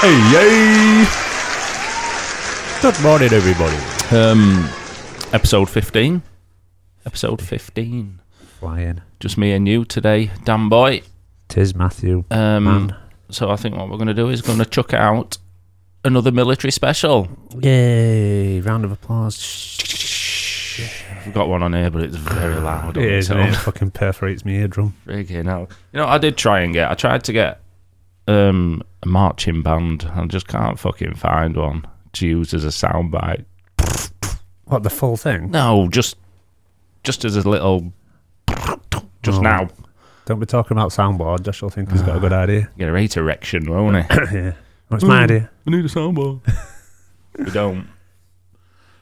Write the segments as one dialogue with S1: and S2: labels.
S1: Hey, yay! Good morning, everybody.
S2: Um, episode 15. Episode 15.
S3: Flying.
S2: Just me and you today, Dan Boy.
S3: Tis Matthew.
S2: Um,
S3: Man.
S2: So I think what we're going to do is going to chuck out another military special.
S3: Yay! Round of applause.
S2: I've got one on here, but it's very loud. on
S3: It is, isn't
S2: its own.
S3: it? Fucking perforates my eardrum.
S2: Friggin' hell. You know, I did try and get, I tried to get um, a marching band. I just can't fucking find one to use as a soundbite.
S3: What, the full thing?
S2: No, just, just as a little, just
S3: Oh.
S2: now.
S3: Don't be talking about soundboard. Josh will think he's got a good idea.
S2: Get a rate erection, won't it?
S3: Ah. yeah. What's my idea?
S2: I need a soundbar. we don't.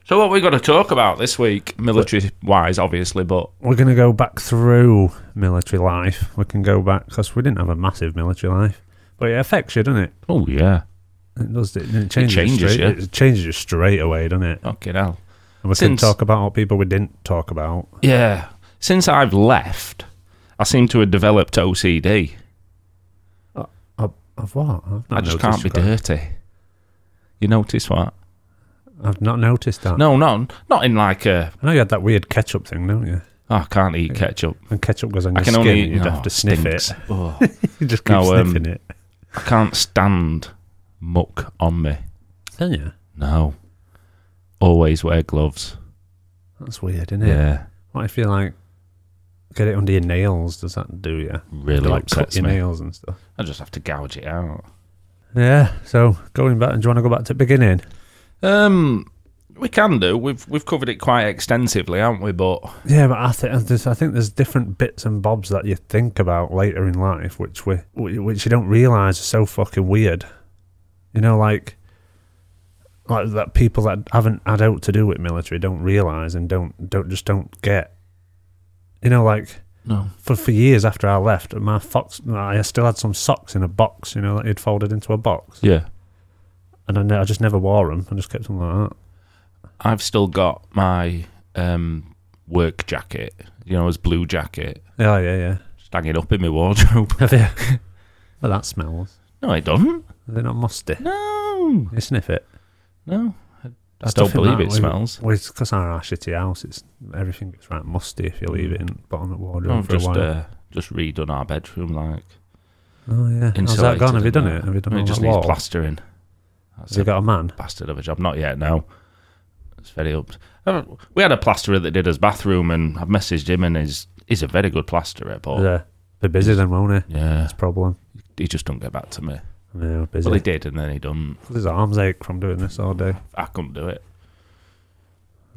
S2: So what we got to talk about this week, military wise, obviously, but
S3: We're going to go back through military life. We can go back because we didn't have a massive military life. But it affects you, doesn't it?
S2: oh yeah,
S3: It does. It, it changes, you
S2: changes
S3: straight-
S2: you.
S3: It changes you straight away, doesn't it?
S2: fucking hell,
S3: And we
S2: Since-
S3: can talk about what people we didn't talk about.
S2: yeah. Since I've left, I seem to have developed OCD.
S3: Of, of what? I've not
S2: I just
S3: noticed
S2: can't be
S3: you've got-
S2: dirty. You notice what?
S3: I've not noticed that.
S2: No, no, not in like a.
S3: I know you had that weird ketchup thing, don't you?
S2: Oh, I can't eat ketchup.
S3: When ketchup goes on your
S2: I can
S3: skin,
S2: only.
S3: you'd
S2: no,
S3: have to sniff
S2: stinks.
S3: it.
S2: Oh,
S3: You just keep
S2: No, um,
S3: sniffing it.
S2: I can't stand muck on me.
S3: Can you?
S2: No. Always wear gloves.
S3: That's weird, isn't it?
S2: Yeah.
S3: What if you like get it under your nails? Does that do you?
S2: Really
S3: like cut
S2: upsets
S3: your
S2: me.
S3: nails and stuff.
S2: I just have to gouge it out.
S3: Yeah. So going back, do you want to go back to the beginning?
S2: Um, we can do. We've we've covered it quite extensively, haven't we? But
S3: Yeah, but I, th- I, just, I think there's different bits and bobs that you think about later in life, which we wh- which you don't realise are so fucking weird. You know, like like that people that haven't had out to do with military don't realise and don't don't just don't get. You know, like
S2: no,
S3: for, for years after I left, my fox, I still had some socks in a box, you know, that he'd folded into a box,
S2: yeah,
S3: and I, ne- I just never wore them. I just kept them like that.
S2: I've still got my um work jacket. You know, his blue jacket,
S3: Yeah, yeah, yeah.
S2: just hanging up in my wardrobe.
S3: Have you? well, that smells.
S2: No, it doesn't.
S3: Are they not musty?
S2: No,
S3: You sniff it.
S2: no. I, I
S3: Stuff
S2: don't
S3: in
S2: believe
S3: that
S2: it
S3: way.
S2: smells.
S3: Well, it's because our shitty house, it's everything gets right musty if you leave it in the bottom of the wardrobe
S2: I've
S3: for a
S2: Mm. just
S3: while.
S2: uh, just redone our bedroom. Like,
S3: oh yeah, how's that
S2: insulated
S3: gone? Have you
S2: and
S3: done
S2: that.
S3: it? Have you done
S2: it
S3: all
S2: just
S3: that
S2: needs
S3: wall?
S2: plastering. That's
S3: Has it
S2: a
S3: got a man?
S2: bastard of a job. Not yet. No, it's very up. Uh, We had a plasterer that did his bathroom, and I've messaged him, and he's he's a very good plasterer, but.
S3: Yeah, be busy then, won't he?
S2: Yeah,
S3: That's a problem.
S2: he just don't get back to me.
S3: Yeah, busy.
S2: Well, he did, and then he done.
S3: His arms ache from doing this all day.
S2: I couldn't do it.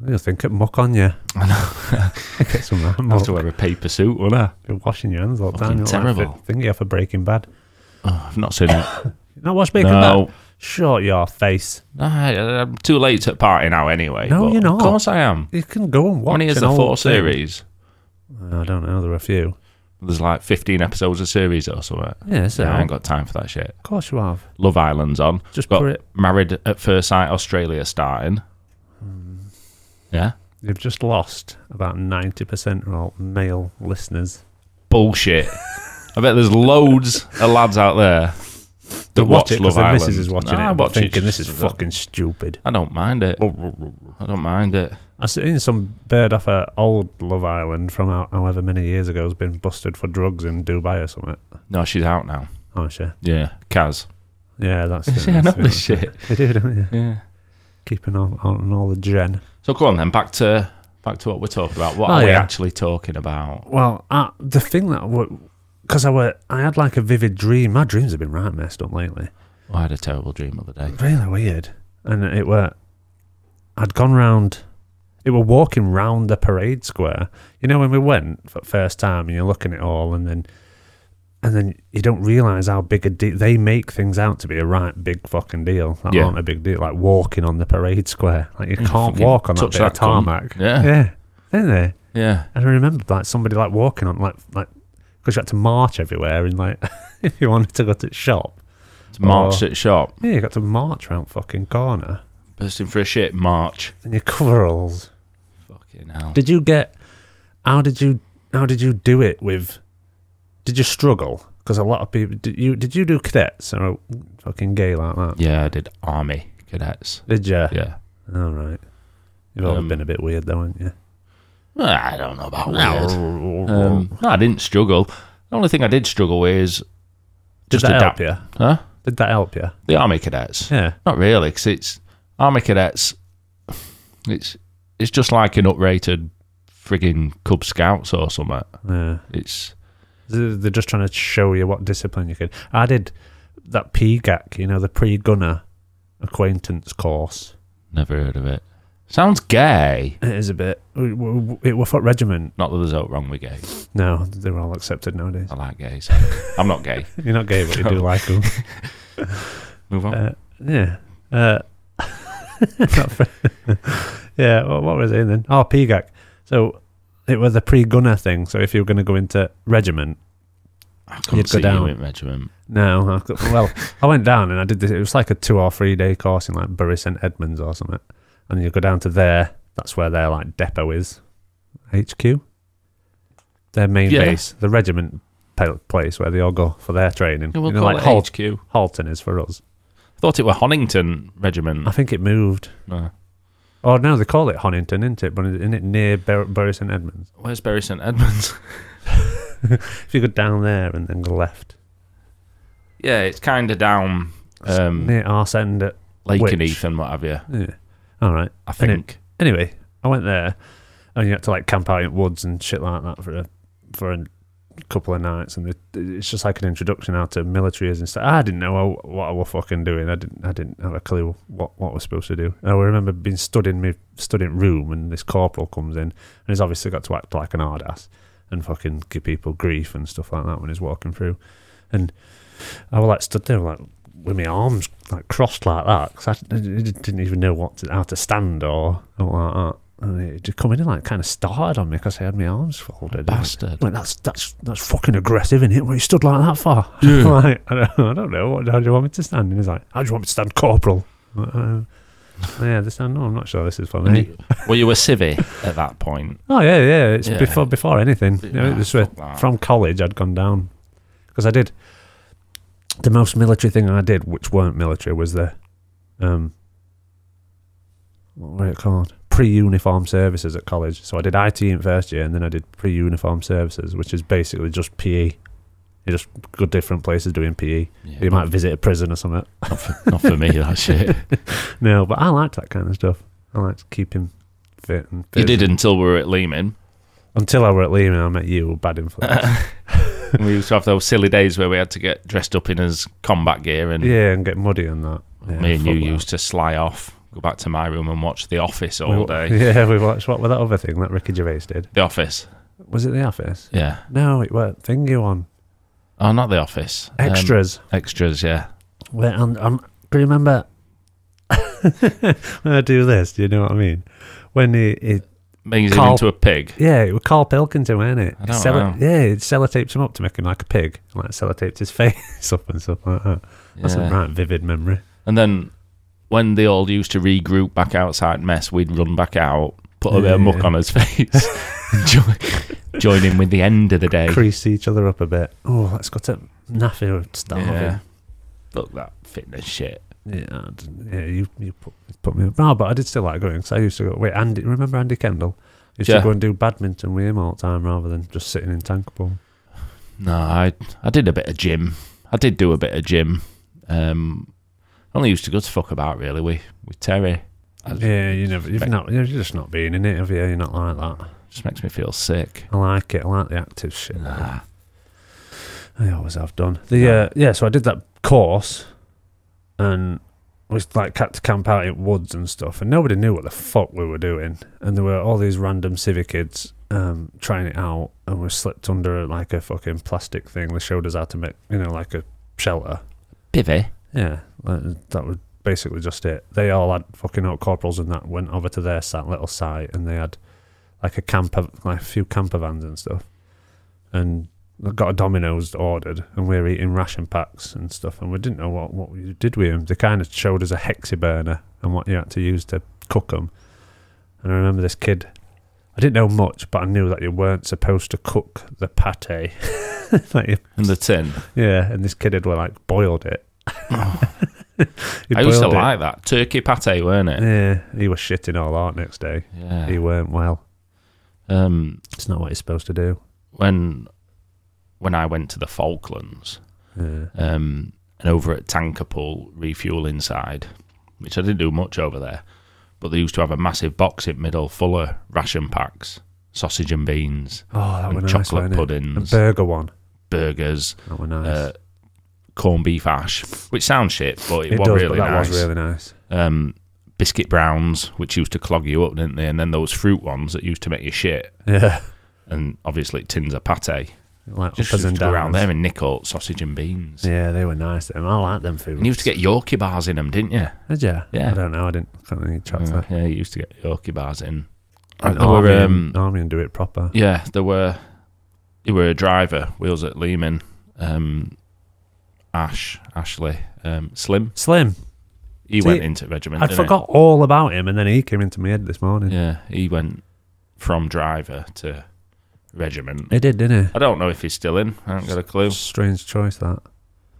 S3: You think it muck on you?
S2: I know.
S3: Get some of that
S2: I have
S3: muck.
S2: to wear a paper suit, will I?
S3: You're washing your hands all the time.
S2: Fucking
S3: You're like,
S2: terrible.
S3: "Fi- think you have for Breaking Bad.
S2: Oh, I've not seen it.
S3: You not watch Breaking Bad?
S2: no,
S3: Shut your face.
S2: no, I- I'm too late to party now. Anyway,
S3: No,
S2: but
S3: you're
S2: Of
S3: not.
S2: course, I am.
S3: You can go and
S2: How
S3: watch.
S2: many is
S3: an
S2: the
S3: old
S2: four
S3: thing.
S2: series?
S3: I don't know. There are a few.
S2: There's like 15 episodes a series or something.
S3: Yeah, so
S2: I ain't got time for that shit.
S3: of course you have.
S2: Love Island's on.
S3: Just
S2: got
S3: put it.
S2: Married at First Sight Australia starting.
S3: Hmm.
S2: Yeah,
S3: You've just lost about ninety percent of all male listeners.
S2: bullshit. I bet there's loads of lads out there that
S3: They
S2: watch,
S3: it 'cause
S2: Love
S3: their
S2: Island.
S3: missus is watching
S2: Nah,
S3: it.
S2: I
S3: and
S2: watch it
S3: thinking
S2: just
S3: this is
S2: as a-
S3: fucking Oh. stupid.
S2: I don't mind it. I don't mind it.
S3: I seen some bird off a old Love Island from how- however many years ago has been busted for drugs in Dubai or something.
S2: No, she's out now.
S3: Aren't you?
S2: Yeah, Kaz.
S3: Yeah, that's it.
S2: Yeah, I know
S3: that's it, that's
S2: this shit.
S3: it. They do, don't you?
S2: Yeah.
S3: Keeping on, on all the gen.
S2: So go on then. Back to back to what we're talking about. What
S3: Oh,
S2: are we
S3: yeah.
S2: actually talking about?
S3: Well, uh, the thing that because I were I had like a vivid dream. My dreams have been right messed up lately.
S2: I had a terrible dream the other day.
S3: Really weird. And it were I'd gone round. It were walking round the parade square. You know when we went for the first time, and you're looking at all, and then and then you don't realise how big a deal they make things out to be a right big fucking deal. That
S2: Yeah.
S3: aren't a big deal. Like walking on the parade square, like you
S2: Mm,
S3: can't
S2: fucking
S3: walk on that
S2: touch
S3: bit
S2: that
S3: of tarmac.
S2: cunt. Yeah.
S3: yeah, didn't they?
S2: Yeah.
S3: And I remember like somebody like walking on like like because you had to march everywhere and like if you wanted to go to the shop,
S2: It's
S3: Oh.
S2: March at shop.
S3: yeah, you got to march around fucking corner
S2: Bursting for a shit. March.
S3: in your coveralls.
S2: Fucking hell.
S3: Did you get? How did you? How did you do it with? Did you struggle? Because a lot of people, did you did you do cadets or fucking gay like that?
S2: Yeah, I did army cadets.
S3: Did you?
S2: Yeah.
S3: All right. You've always
S2: Um,
S3: been a bit weird though, haven't you?
S2: Well, I don't know about weird. Um, no, I didn't struggle. The only thing I did struggle with is
S3: Did
S2: just
S3: that
S2: adapt.
S3: help you?
S2: Huh?
S3: Did that help you?
S2: The army cadets.
S3: Yeah.
S2: Not really, because it's army cadets. It's it's just like an uprated frigging Cub Scouts or something.
S3: Yeah.
S2: It's
S3: They're they're just trying to show you what discipline you could. I did that PGAC, you know, the pre-gunner acquaintance course.
S2: never heard of it. Sounds gay.
S3: It is a bit. w- w- w- It were for regiment.
S2: Not that there's out wrong with gays.
S3: No, they're all accepted nowadays.
S2: I like gays. I'm not gay.
S3: You're not gay, but you do like them.
S2: Move on.
S3: Uh, yeah. Uh, not for- yeah. Well, what was it then? Oh, PGAC. So it was a pre-gunner thing. So if you were going to go into regiment,
S2: I
S3: you'd
S2: couldn't
S3: go
S2: see
S3: down.
S2: you in regiment.
S3: no. I got- well, I went down and I did this. It was like a two or three day course in like Bury St Edmunds or something. And you go down to there. That's where their like depot is, HQ. Their main
S2: Yeah.
S3: base, the regiment pa- place where they all go for their training.
S2: Yeah, we'll
S3: you know,
S2: call
S3: like
S2: it
S3: Hal-
S2: HQ.
S3: Halton is for us.
S2: Thought it were Honington Regiment.
S3: I think it moved.
S2: No.
S3: Oh no, they call it Honington, isn't it? But isn't it near Ber- Bury St Edmunds?
S2: Where's Bury St Edmunds?
S3: If you go down there and then go left,
S2: yeah, it's kind of down um,
S3: near Arse End. At,
S2: Lake and
S3: Which?
S2: Heath and what have you.
S3: yeah. All right.
S2: I think.
S3: Anyway, I went there, and you had to like camp out in woods and shit like that for a for a couple of nights, and it, it's just like an introduction how to military is and stuff. I didn't know how- what I was fucking doing. I didn't. I didn't have a clue what what I was supposed to do. And I remember being stood in my stood in room, and this corporal comes in, and he's obviously got to act like an hard ass and fucking give people grief and stuff like that when he's walking through. And I was like stood there like with my arms like crossed like that because I, I didn't even know what to, how to stand or, or like that. And it just come in and like kind of started on me because I had my arms folded.
S2: Bastard.
S3: Like that's that's that's fucking aggressive, isn't it? What you stood like that for?
S2: Yeah.
S3: like, I, don't, I don't know. What, how do you want me to stand? And he's like, How do you want me to stand, Corporal? I'm like, "Uh, yeah, this. No, I'm not sure this is for me.
S2: well, you were civvy at that point.
S3: Oh yeah, yeah. It's
S2: Yeah.
S3: before before anything.
S2: Yeah,
S3: You know, this was-
S2: fuck that.
S3: from college, I'd gone down because I did the most military thing I did, which weren't military, was the um, what were it called? Pre-uniform services at college. So I did IT in first year, and then I did pre-uniform services, which is basically just PE. You just go different places doing PE.
S2: Yeah,
S3: You might visit a prison or something.
S2: not, for, not for me, that shit.
S3: No, but I liked that kind of stuff. I liked keeping fit and
S2: You
S3: fit.
S2: did until we were at Lehman.
S3: until I were at Lehman. I met you, bad influence.
S2: we used to have those silly days where we had to get dressed up in as combat gear, and
S3: Yeah, and get muddy and that. Yeah,
S2: me and you
S3: fuck that.
S2: used to sly off, go back to my room and watch The Office
S3: We
S2: all
S3: wa-
S2: day.
S3: Yeah, we watched what was that other thing that Ricky Gervais did?
S2: The Office.
S3: Was it The Office?
S2: Yeah.
S3: No, it weren't. Thingy one.
S2: Oh, not The Office. Um,
S3: Extras.
S2: extras, yeah.
S3: Wait, um, um, do you remember when I do this? Do you know what I mean? When he, he
S2: Makes him
S3: Carl-
S2: into a pig.
S3: yeah, it was Carl Pilkington, wasn't it?
S2: I don't know.
S3: Yeah, it sellotaped him up to make him like a pig, and like sellotaped his face up and stuff like that. That's
S2: Yeah.
S3: a right vivid memory.
S2: And then when they all used to regroup back outside mess, we'd run back out, put a bit of muck
S3: Yeah.
S2: on his face, join, join in with the end of the day.
S3: Crease each other up a bit. Oh, let's go to Naffy or starving.
S2: Yeah. Fuck that fitness shit.
S3: Yeah, I didn't- yeah. You you put, put me up. No, but I did still like going because I used to go. Wait, Andy, remember Andy Kendall? I used
S2: Yeah.
S3: to go and do badminton with him all the time rather than just sitting in tank ball.
S2: No, I I did a bit of gym. I did do a bit of gym. Um, only used to go to fuck about really with with Terry. I just-
S3: Yeah, you never. You've
S2: Right.
S3: not. You're just not being in it, have you? You're not like that.
S2: Just makes me feel sick.
S3: I like it. I like the active shit.
S2: Nah.
S3: I always have done. The uh, yeah, so I did that course, and we like had to camp out in woods and stuff, and nobody knew what the fuck we were doing, and there were all these random civic kids um, trying it out, and we slipped under like a fucking plastic thing. They showed us how to make, you know, like a shelter.
S2: Bivy.
S3: Yeah, like, that was basically just it. They all had fucking out corporals, and that went over to their sat little site, and they had like a camper, like a few camper vans and stuff, and I got a Domino's ordered, and we were eating ration packs and stuff, and we didn't know what what we did with them. They kind of showed us a hexi burner and what you had to use to cook them, and I remember this kid I didn't know much, but I knew that you weren't supposed to cook the pate. like you,
S2: in the tin.
S3: yeah, and this kid had like boiled it. He
S2: I used to
S3: boiled it.
S2: like that turkey pate, weren't it?
S3: Yeah, he was shitting all out next day. He
S2: Yeah.
S3: weren't well.
S2: Um,
S3: It's not what he's supposed to do.
S2: when when I went to the Falklands,
S3: Yeah.
S2: um, and over at Tankerpool refuel inside, which I didn't do much over there. But they used to have a massive box in middle full of ration packs, sausage and beans,
S3: Oh, that
S2: And
S3: was nice.
S2: chocolate
S3: weren't it?
S2: puddings.
S3: And burger one.
S2: burgers,
S3: That was nice.
S2: uh, corned beef ash, which sounds shit, but it,
S3: it
S2: was
S3: does,
S2: really
S3: but that
S2: nice.
S3: was really nice.
S2: um, biscuit browns, which used to clog you up, didn't they? And then those fruit ones that used to make you shit.
S3: Yeah.
S2: And obviously tins of pate.
S3: Like
S2: Just
S3: uppers
S2: used
S3: and
S2: to go around
S3: downs.
S2: there in nickel, sausage and beans.
S3: Yeah, they were nice. Them. I like them food.
S2: And you used to get Yorkie bars in them, didn't you?
S3: Did you?
S2: Yeah.
S3: I don't know. I didn't. I can't really chat to
S2: Uh,
S3: that.
S2: yeah, you used to get Yorkie bars in.
S3: An
S2: there were,
S3: army, and-
S2: um,
S3: army and do it proper.
S2: Yeah, there were. You were a driver. Wheels at Lehman, um, Ash, Ashley, um, Slim.
S3: Slim.
S2: He
S3: See,
S2: went into regiment.
S3: I'd
S2: didn't he?
S3: forgot all about him, and then he came into my head this morning.
S2: Yeah, he went from driver to regiment.
S3: He did, didn't he?
S2: I don't know if he's still in. I haven't got a clue.
S3: Strange choice that.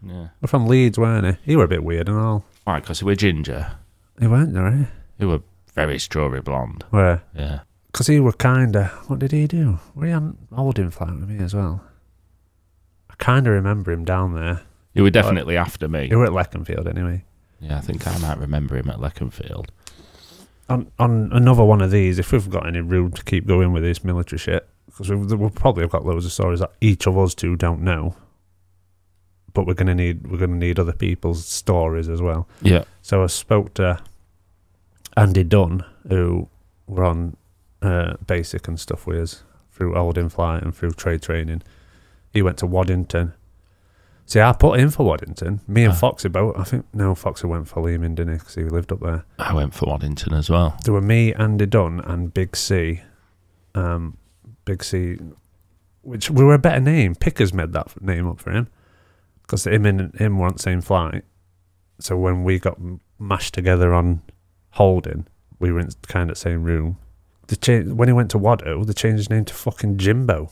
S2: Yeah,
S3: We're from Leeds, weren't he? He were a bit weird and all.
S2: why? Because he were ginger.
S3: He weren't, though, eh?
S2: He were very strawberry blonde.
S3: Where?
S2: Yeah,
S3: Because he were kinda. What did he do? Were he on holding flat with me as well? I kinda remember him down there.
S2: he were definitely after me.
S3: He were at Leckenfield anyway.
S2: Yeah, I think I might remember him at Leckenfield.
S3: on on another one of these, if we've got any room to keep going with this military shit, because we've, we'll probably have got loads of stories that each of us two don't know, but we're gonna need we're gonna need other people's stories as well.
S2: Yeah,
S3: So I spoke to Andy Dunn, who were on uh, basic and stuff with us through holding flight and through trade training. He went to Waddington. See, I put in for Waddington. Me and
S2: Ah.
S3: Foxy both. I think no, Foxy went for Lehman, didn't he? Because he lived up there.
S2: I went for Waddington as well.
S3: There were me, Andy Dunn, and Big C. Um, Big C, which we were a better name. Pickers made that f- name up for him because him and him were on the same flight. So when we got m- mashed together on holding, we were in kind of the same room. They changed, when he went to Watto, they changed his name to fucking Jimbo.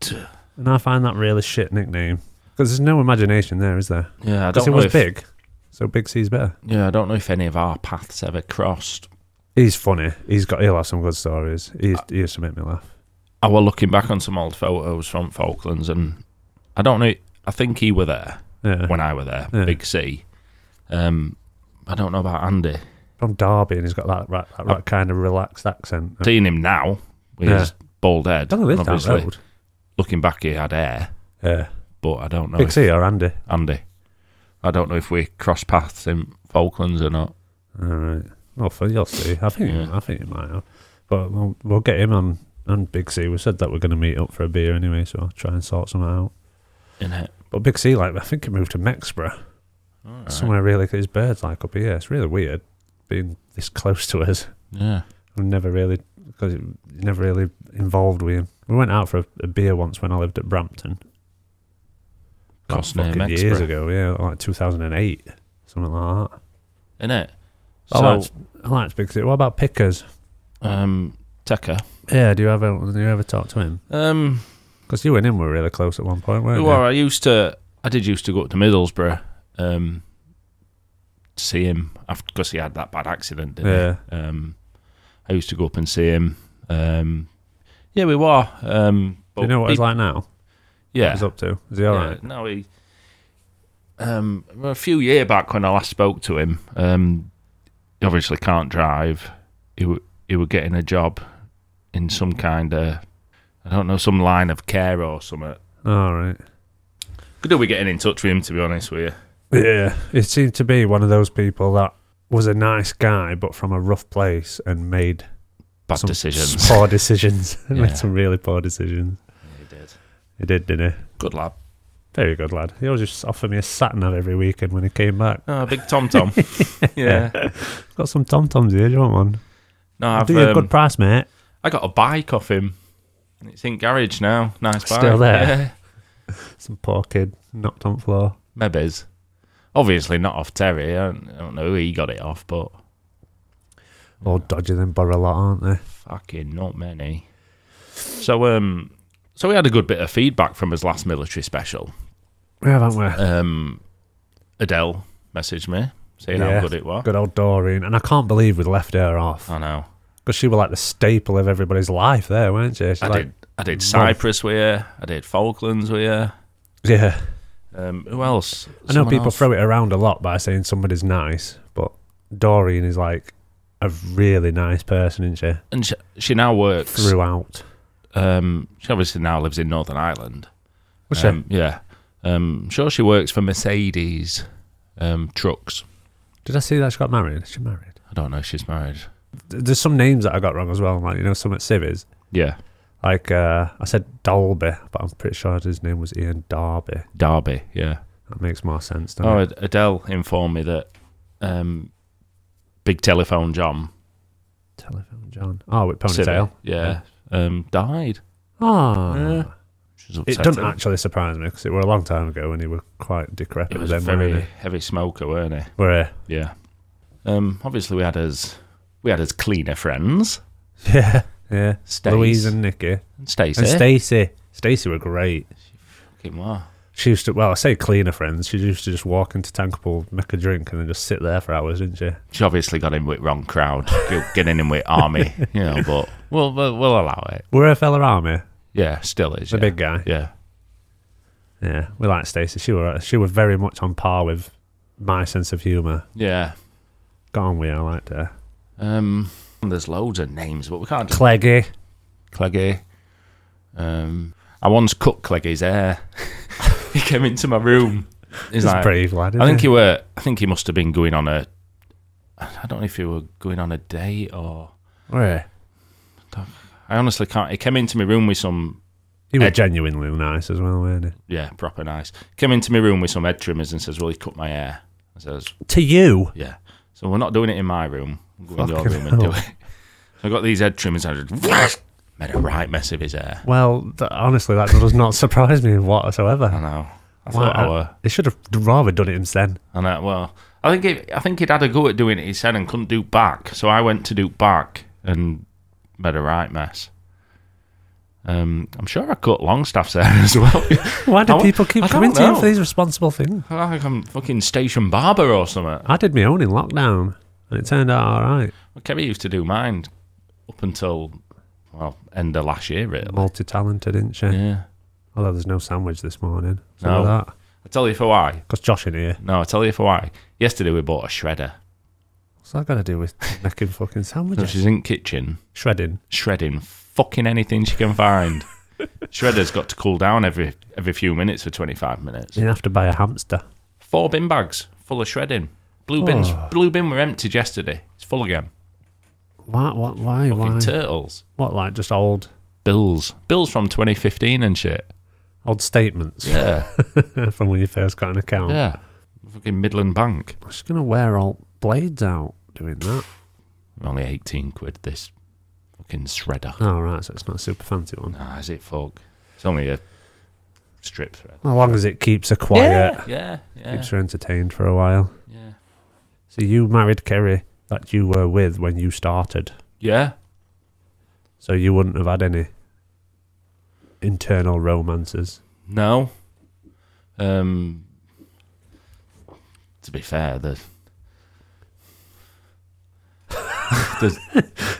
S2: Tuh.
S3: And I find that really shit nickname because there's no imagination there, is there?
S2: Yeah, I
S3: Because
S2: don't
S3: it
S2: know
S3: was
S2: if,
S3: big, so Big C's better.
S2: Yeah, I don't know if any of our paths ever crossed.
S3: He's funny. He's got. He'll have some good stories. He's,
S2: Uh,
S3: he used to make me laugh.
S2: I was looking back on some old photos from Falklands, and I don't know. I think he were there
S3: Yeah.
S2: when I were there,
S3: Yeah.
S2: Big C. Um, I don't know about Andy.
S3: From Derby, and he's got that that, that,
S2: Oh.
S3: that kind of relaxed accent. I
S2: Seeing him now with his bald head,
S3: don't know if it's
S2: and
S3: Oh, that
S2: obviously
S3: road.
S2: looking back, he had hair,
S3: Yeah.
S2: but I don't know
S3: Big
S2: if
S3: C or Andy.
S2: Andy. I don't know if we crossed paths in Falklands or not.
S3: All right. Well, for you'll see. I think
S2: Yeah.
S3: I think you might have, but we'll, we'll get him on and Big C. We said that we're going to meet up for a beer anyway, so I'll try and sort something out.
S2: In it,
S3: But Big C, like I think he moved to Mexborough, somewhere really. His birds like up here. It's really weird being this close to us.
S2: yeah.
S3: I've never really because never really involved with him. We went out for a, a beer once when I lived at Brampton. God,
S2: Cost near
S3: fucking years
S2: Mexborough.
S3: ago, yeah, like 2008, something like that.
S2: In it.
S3: I
S2: So,
S3: liked- I liked Big City. What about Pickers?
S2: um, Tucker.
S3: Yeah, do you ever do you ever talk to him?
S2: Um,
S3: Because you and him were really close at one point, weren't you?
S2: Well, I used to, I did used to go up to Middlesbrough um, to see him because he had that bad accident. Didn't
S3: Yeah,
S2: He? Um, I used to go up and see him. Um, yeah, we were. Um,
S3: do you know what he's
S2: he-
S3: like now? What
S2: Yeah,
S3: he's up to? Is he all
S2: yeah,
S3: right?
S2: No, he. Um, well, a few year back when I last spoke to him, um, he obviously can't drive. He were, he were getting a job in some kind of, I don't know, some line of care or something.
S3: All right.
S2: Good that we're getting in touch with him, to be honest with you.
S3: Yeah, it seemed to be one of those people that was a nice guy, but from a rough place and made
S2: Bad
S3: some
S2: decisions.
S3: poor decisions.
S2: Yeah.
S3: made some really poor decisions. He did, didn't he?
S2: Good lad.
S3: Very good lad. He always just offered me a sat nav every weekend when he came back.
S2: Oh, big Tom Tom. yeah.
S3: Got some tom toms here. Do you want one?
S2: No,
S3: I'll
S2: I've,
S3: do you a
S2: um,
S3: good price, mate.
S2: I got a bike off him. It's in garage now. Nice bike.
S3: Still there?
S2: Yeah.
S3: Some poor kid knocked on the floor.
S2: Mebes. Obviously not off Terry. I don't, I don't know who he got it off, but
S3: All dodgy them borrow lot, aren't they?
S2: Fucking not many. So um, so we had a good bit of feedback from his last military special.
S3: Yeah, haven't we?
S2: Um, Adele messaged me saying
S3: Yeah.
S2: how good it was.
S3: Good old Doreen. And I can't believe we left her off.
S2: I know.
S3: Because she was like the staple of everybody's life there, weren't she? She's
S2: I
S3: like,
S2: did. I did Cyprus with her. I did Falklands with her.
S3: Yeah.
S2: Um, who else?
S3: I know
S2: Someone
S3: people
S2: else?
S3: throw it around a lot by saying somebody's nice, but Doreen is like a really nice person, isn't she?
S2: And she, she now works.
S3: Throughout.
S2: Um, she obviously now lives in Northern Ireland.
S3: Was she?
S2: Um, yeah. Um, I'm sure she works for Mercedes um, trucks.
S3: Did I see that she got married? Is she married?
S2: I don't know if she's married.
S3: Th- There's some names that I got wrong as well, like, you know, some at Civis.
S2: Yeah.
S3: Like, uh, I said Dolby, but I'm pretty sure his name was Ian Darby.
S2: Derby. Yeah.
S3: That makes more sense, doesn't
S2: Oh,
S3: it?
S2: Ad- Adele informed me that um, Big Telephone John.
S3: Telephone John. Oh, with
S2: Civil,
S3: ponytail.
S2: Yeah. Um, died.
S3: Ah.
S2: Yeah. She's
S3: It
S2: upset.
S3: doesn't actually surprise me because it were a long time ago and he were quite decrepit.
S2: It was a
S3: then,
S2: very
S3: weren't
S2: heavy smoker, weren't he?
S3: he? Were
S2: Yeah. Um, obviously, we had as we had as cleaner friends,
S3: he? Yeah. Yeah.
S2: Stace.
S3: Louise and Nikki.
S2: and Stacey.
S3: And Stacey. Stacey were great.
S2: Fucking wow.
S3: She used to, well, I say cleaner friends. She used to just walk into Tankerpool, make a drink, and then just sit there for hours, didn't she?
S2: She obviously got in with wrong crowd, get- getting in with army, you know. But we'll we'll, we'll allow it.
S3: We're a fella army,
S2: Yeah, still is
S3: the
S2: yeah.
S3: big guy.
S2: Yeah,
S3: Yeah. We like Stacey. She were, she were very much on par with my sense of humour.
S2: yeah.
S3: Gone on with her, I liked her.
S2: Um, there's loads of names, but we can't. Just-
S3: Cleggy.
S2: Cleggy. Um, I once cut Cleggy's hair. he came into my room.
S3: He's
S2: He's like,
S3: brave lad.
S2: I think he
S3: he
S2: were. I think he must have been going on a. I don't know if he were going on a date or.
S3: were.
S2: I honestly can't. He came into my room with some.
S3: He were
S2: Ed-
S3: genuinely nice as well, weren't he?
S2: Yeah, proper nice. Came into my room with some head trimmers and says, "Will you cut my hair?" I says,
S3: To you.
S2: "Yeah." So we're not doing it in my room. I'm going to your
S3: Fucking
S2: room and do
S3: hell.
S2: it. So I got these head trimmers. and I just made a right mess of his hair.
S3: Well, th- honestly, that does not surprise me whatsoever.
S2: I know. I
S3: Why-
S2: thought I were.
S3: They should have rather done it instead.
S2: And uh, well, I think he, I think he'd had a go at doing it. He said and couldn't do back, so I went to do back and made a right mess. Um, I'm sure I cut Longstaff's hair as well.
S3: Why do
S2: I wa-
S3: people keep
S2: I don't
S3: coming to you
S2: know.
S3: for these responsible things?
S2: I think I'm fucking station barber or something.
S3: I did my own in lockdown, and it turned out all right.
S2: Well, Kevin used to do mine up until well end of last year, really.
S3: Multi-talented, isn't she?
S2: Yeah.
S3: Although there's no sandwich this morning. So
S2: No.
S3: that.
S2: I tell you for why.
S3: Because Josh in here.
S2: No, I tell you for why. Yesterday we bought a shredder.
S3: What's that got to do with making fucking
S2: So
S3: sandwiches?
S2: she's in kitchen
S3: Shredding.
S2: shredding fucking anything she can find. Shredder's got to cool down every every few minutes for 25 minutes.
S3: You have to buy a hamster.
S2: Four bin bags full of shredding. Blue bins, blue bin were emptied yesterday. It's full again.
S3: Why? What? Why?
S2: Fucking
S3: Why?
S2: turtles,
S3: what? Like just old,
S2: bills, bills from 2015 and shit.
S3: old statements
S2: Yeah,
S3: from when you first got an account.
S2: yeah. Fucking Midland Bank.
S3: I'm just gonna wear all blades out doing that.
S2: Only 18 quid. This fucking shredder.
S3: Oh right, so it's not a super fancy one.
S2: Ah, is it fuck? It's only a strip thread.
S3: As long as it keeps her quiet,
S2: Yeah, yeah,
S3: keeps her entertained for a while.
S2: yeah.
S3: So you married Kerry that you were with when you started,
S2: Yeah.
S3: so you wouldn't have had any internal romances.
S2: No. Um. To be fair, the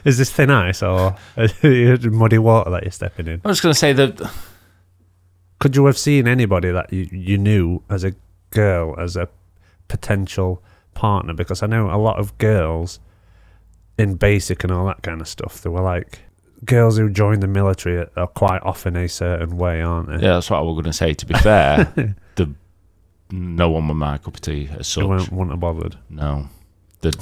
S3: Is this thin ice or muddy water that you're stepping in?
S2: I was going to say that
S3: Could you have seen anybody that you, you knew as a girl as a potential partner? Because I know a lot of girls in basic and all that kind of stuff, they were like girls who join the military are quite often a certain way, aren't they?
S2: Yeah, that's what I was going to say. To be fair, the no one with my cup of tea as
S3: They
S2: such.
S3: weren't, wouldn't have bothered.
S2: No, the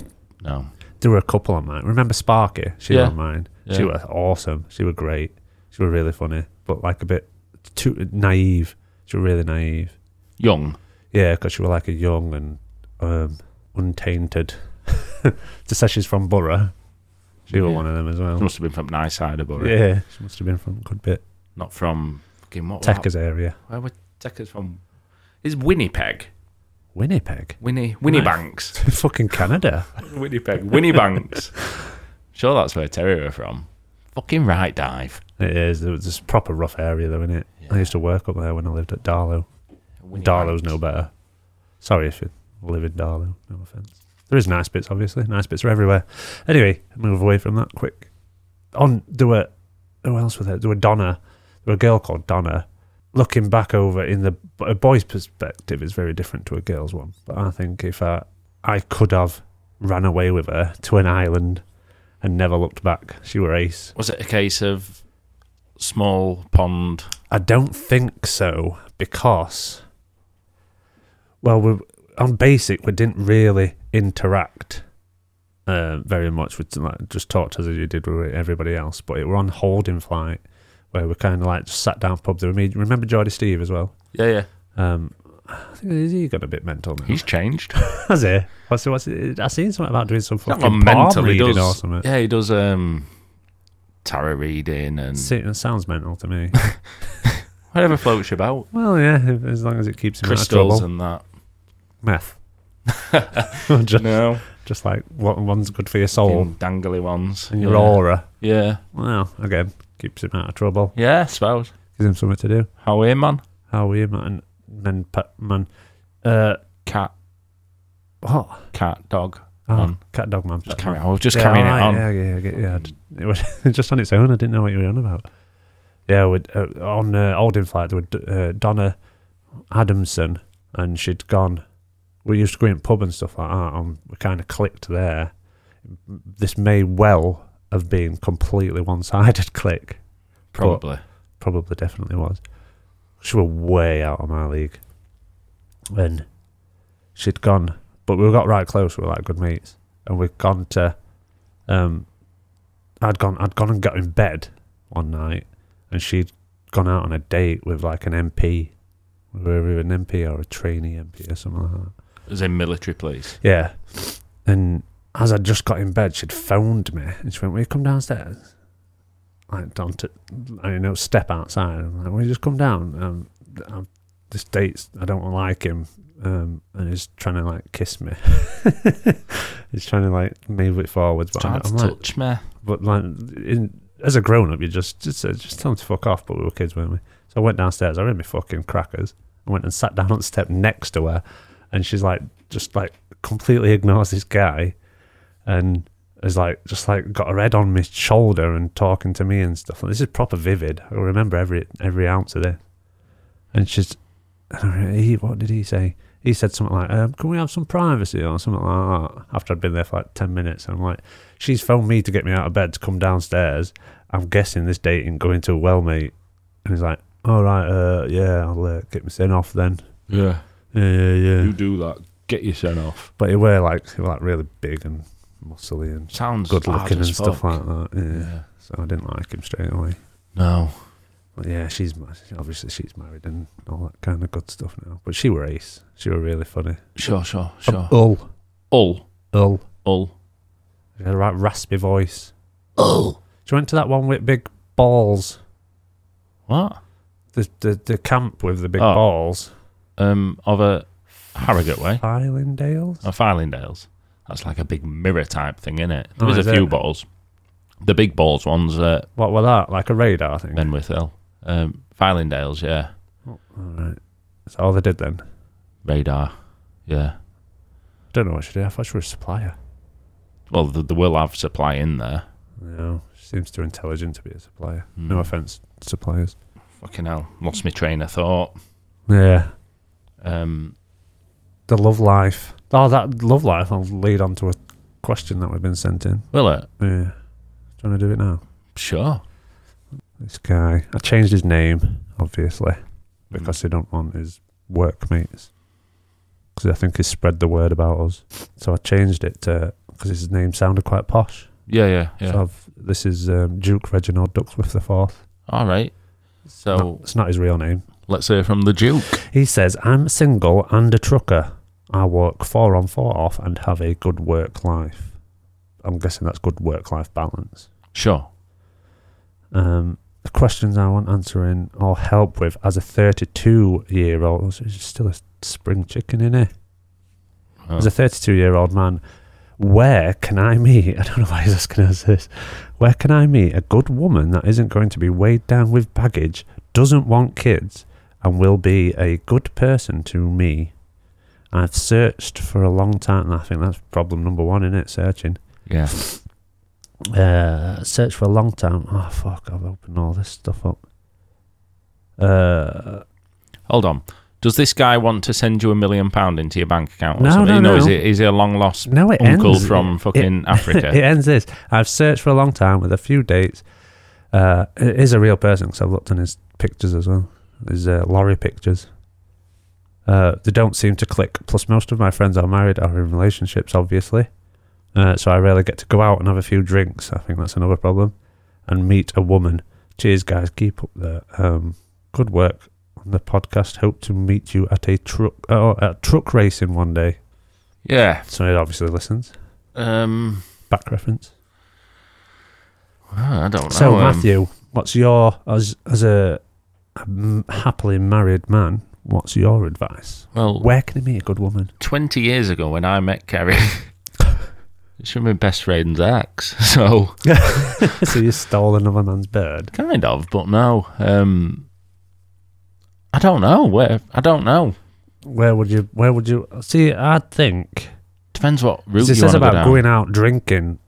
S2: no.
S3: There were a couple on mine. Remember Sparky? She
S2: Yeah.
S3: was on mine. She
S2: Yeah.
S3: was awesome. She was great. She was really funny, but like a bit too naive. She was really naive.
S2: Young.
S3: Yeah, because she was like a young and um, untainted. to say she's from Borough, she was
S2: Yeah.
S3: one of them as well.
S2: Must have been from Nice Side of Bury,
S3: Yeah, she must have been from a good bit
S2: not from fucking what?
S3: Techers area.
S2: Where were Techers from? Is Winnipeg?
S3: Winnipeg,
S2: Winnie Winnie
S3: Nice.
S2: Banks.
S3: fucking Canada.
S2: Winnipeg. Winnie Banks. Sure, that's where Terry were from. Fucking right dive.
S3: It is. It was this proper rough area, though, innit? I used to work up there when I lived at Darlow.
S2: Winnie
S3: Darlow's
S2: Ranks.
S3: no better. Sorry if you live in Darlow. No offense. There is nice bits, obviously. Nice bits are everywhere. Anyway, move away from that quick. On there were who else was there? There were Donna. There were a girl called Donna. Looking back over in the a boy's perspective is very different to a girl's one. But I think if I, I could have ran away with her to an island and never looked back, she were ace.
S2: Was it a case of small pond?
S3: I don't think so because, well, we on basic we didn't really interact uh, very much. We like, just talked as you did with everybody else, but it were on holding flight where we kind of like just sat down pub. There were me. Remember Geordie Steve as well.
S2: Yeah, yeah.
S3: Um, I think is he got a bit mental now?
S2: He's changed.
S3: Has he? What's, what's I seen something about doing some fucking
S2: Not
S3: palm
S2: mental, he
S3: reading
S2: does-
S3: or something.
S2: yeah, he does um, tarot reading and
S3: See, It sounds mental to me.
S2: whatever floats your boat.
S3: well, yeah, if- as long as it keeps him out of
S2: Crystals
S3: trouble.
S2: and that.
S3: Meth. Just-
S2: No.
S3: just like what one's good for your soul
S2: Fucking Dangly ones.
S3: Oh. and your
S2: yeah.
S3: aura.
S2: Yeah.
S3: Well, again, keeps him out of trouble,
S2: Yeah, I suppose.
S3: gives him something to do.
S2: How are you, man?
S3: How are you, man? Men, pet, man. Uh,
S2: Cat,
S3: what?
S2: cat, dog.
S3: Oh,
S2: Man.
S3: cat, dog, man. pet,
S2: Hmm.
S3: man.
S2: Just carry, I was just
S3: Yeah,
S2: carrying
S3: alright,
S2: it on.
S3: Yeah, yeah, yeah. yeah. It was just on its own. I didn't know what you were on about. Yeah, we'd, uh, on uh, Olden flight there were D- uh, Donna Adamson, and she'd gone. We used to go in pub and stuff like that, and we kind of clicked there. This may well have been completely one-sided click.
S2: Probably.
S3: probably definitely was. She were way out of my league. And she'd gone, but we got right close. We were like good mates, and we'd gone to, um, I'd gone, I'd gone and got in bed one night, and she'd gone out on a date with like an MP, whether we were an MP or a trainee MP or something like that.
S2: As in military police.
S3: Yeah. And as I just got in bed, she'd phoned me and she went, Will you come downstairs? Like, down to, I know, step outside. I'm like, Will you just come down? Um, I'm, this date's, I don't like him. Um, and he's trying to like kiss me. he's trying to like move it forwards. But I-
S2: Trying
S3: I'm
S2: to
S3: like,
S2: touch me.
S3: but like in, as a grown up, you just just uh, just tell them to fuck off. But we were kids, weren't we? So I went downstairs. I read my fucking crackers. I went and sat down on the step next to her, and she's like just like completely ignores this guy, and is like just like got her head on my shoulder and talking to me and stuff. This is proper vivid. I remember every every ounce of this. And she's, and I re- he, what did he say? He said something like, um, "Can we have some privacy?" or something like that. After I'd been there for like ten minutes, and I'm like, she's phoned me to get me out of bed to come downstairs. I'm guessing this dating going to a well, mate. And he's like, all right, uh, yeah, I'll uh, get my sin off then.
S2: Yeah.
S3: Yeah, yeah, yeah.
S2: do that. Get your son off.
S3: But he were like, he were like really big and muscly and
S2: Sounds
S3: good
S2: hard
S3: looking and
S2: as
S3: stuff like
S2: fuck.
S3: that. Yeah.
S2: Yeah.
S3: So I didn't like him straight away.
S2: No.
S3: But yeah, she's ma- obviously she's married and all that kind of good stuff now. But she were ace. She were really funny.
S2: Sure, sure, sure.
S3: Ull,
S2: Ull.
S3: ull.
S2: Ull.
S3: She had a right raspy voice. Ull. She went to that one with big balls.
S2: What?
S3: the the, the camp with the big
S2: Oh.
S3: balls.
S2: Um, of a Harrogate way.
S3: Filingdales?
S2: Or Filingdales. That's like a big mirror type thing, isn't it?
S3: Oh,
S2: There was
S3: is
S2: a few
S3: it?
S2: balls. The big balls ones at
S3: What were that? Like a radar thing?
S2: Benwith Hill. Um, Filingdales, yeah.
S3: All right. That's all they did then.
S2: radar. Yeah.
S3: Don't know what she did. I thought she was a supplier.
S2: Well, th they will have supply in there.
S3: No, she seems too intelligent to be a supplier.
S2: Mm.
S3: No offense, suppliers.
S2: Fucking hell. Lost my train of thought.
S3: Yeah,
S2: Um,
S3: the love life. Oh, that love life. I'll lead on to a question that we've been sent in.
S2: will it?
S3: Yeah, do you want to do it now?
S2: uh, Sure.
S3: This guy. I changed his name, obviously, because they don't want his workmates. Because I think he spread the word about us. So I changed it to because his name sounded quite posh.
S2: Yeah, yeah, yeah.
S3: So I've, this is um, Duke Reginald Ducksworth the Fourth.
S2: All right. So
S3: It's not his real name.
S2: let's hear from the Duke.
S3: He says, "I'm single and a trucker. I work four on four off and have a good work life. I'm guessing that's good work life balance."
S2: Sure.
S3: um, the questions I want answering or help with as a 32 year old. There's still a spring chicken in here.
S2: Oh.
S3: As a 32 year old man, where can I meet? I don't know why he's asking us this. Where can I meet a good woman that isn't going to be weighed down with baggage, doesn't want kids, and will be a good person to me? I've searched for a long time, and I think that's problem number one, in it? Searching.
S2: Yeah.
S3: Uh, searched for a long time. Oh, fuck, I've opened all this stuff up. Uh,
S2: Hold on. Does this guy want to send you a million pound into your bank account or
S3: No,
S2: something?
S3: no,
S2: you know,
S3: no.
S2: Is, it, is it a long lost
S3: no, it
S2: uncle
S3: ends.
S2: from fucking Africa?
S3: it ends this. I've searched for a long time with a few dates. Uh, it is a real person because I've looked on his pictures as well, his uh, lorry pictures. Uh, they don't seem to click. Plus, most of my friends are married or in relationships, obviously. Uh, so I rarely get to go out and have a few drinks. I think that's another problem. And meet a woman. Cheers, guys. Keep up the um, good work on the podcast. Hope to meet you at a truck oh, at truck racing one day.
S2: Yeah.
S3: So it obviously listens.
S2: Um,
S3: Back reference.
S2: I don't know.
S3: So
S2: um,
S3: Matthew, what's your as as a, a m- happily married man? What's your advice?
S2: well,
S3: Where can I meet a good woman?
S2: 20 years ago when I met Kerry, she was my best friend's ex. So,
S3: so you stole another man's bird.
S2: kind of, but no. Um, I don't know. Where I don't know.
S3: Where would you? Where would you? See, I think
S2: Depends what route
S3: 'cause
S2: you
S3: it says
S2: want to go
S3: about
S2: down.
S3: going out drinking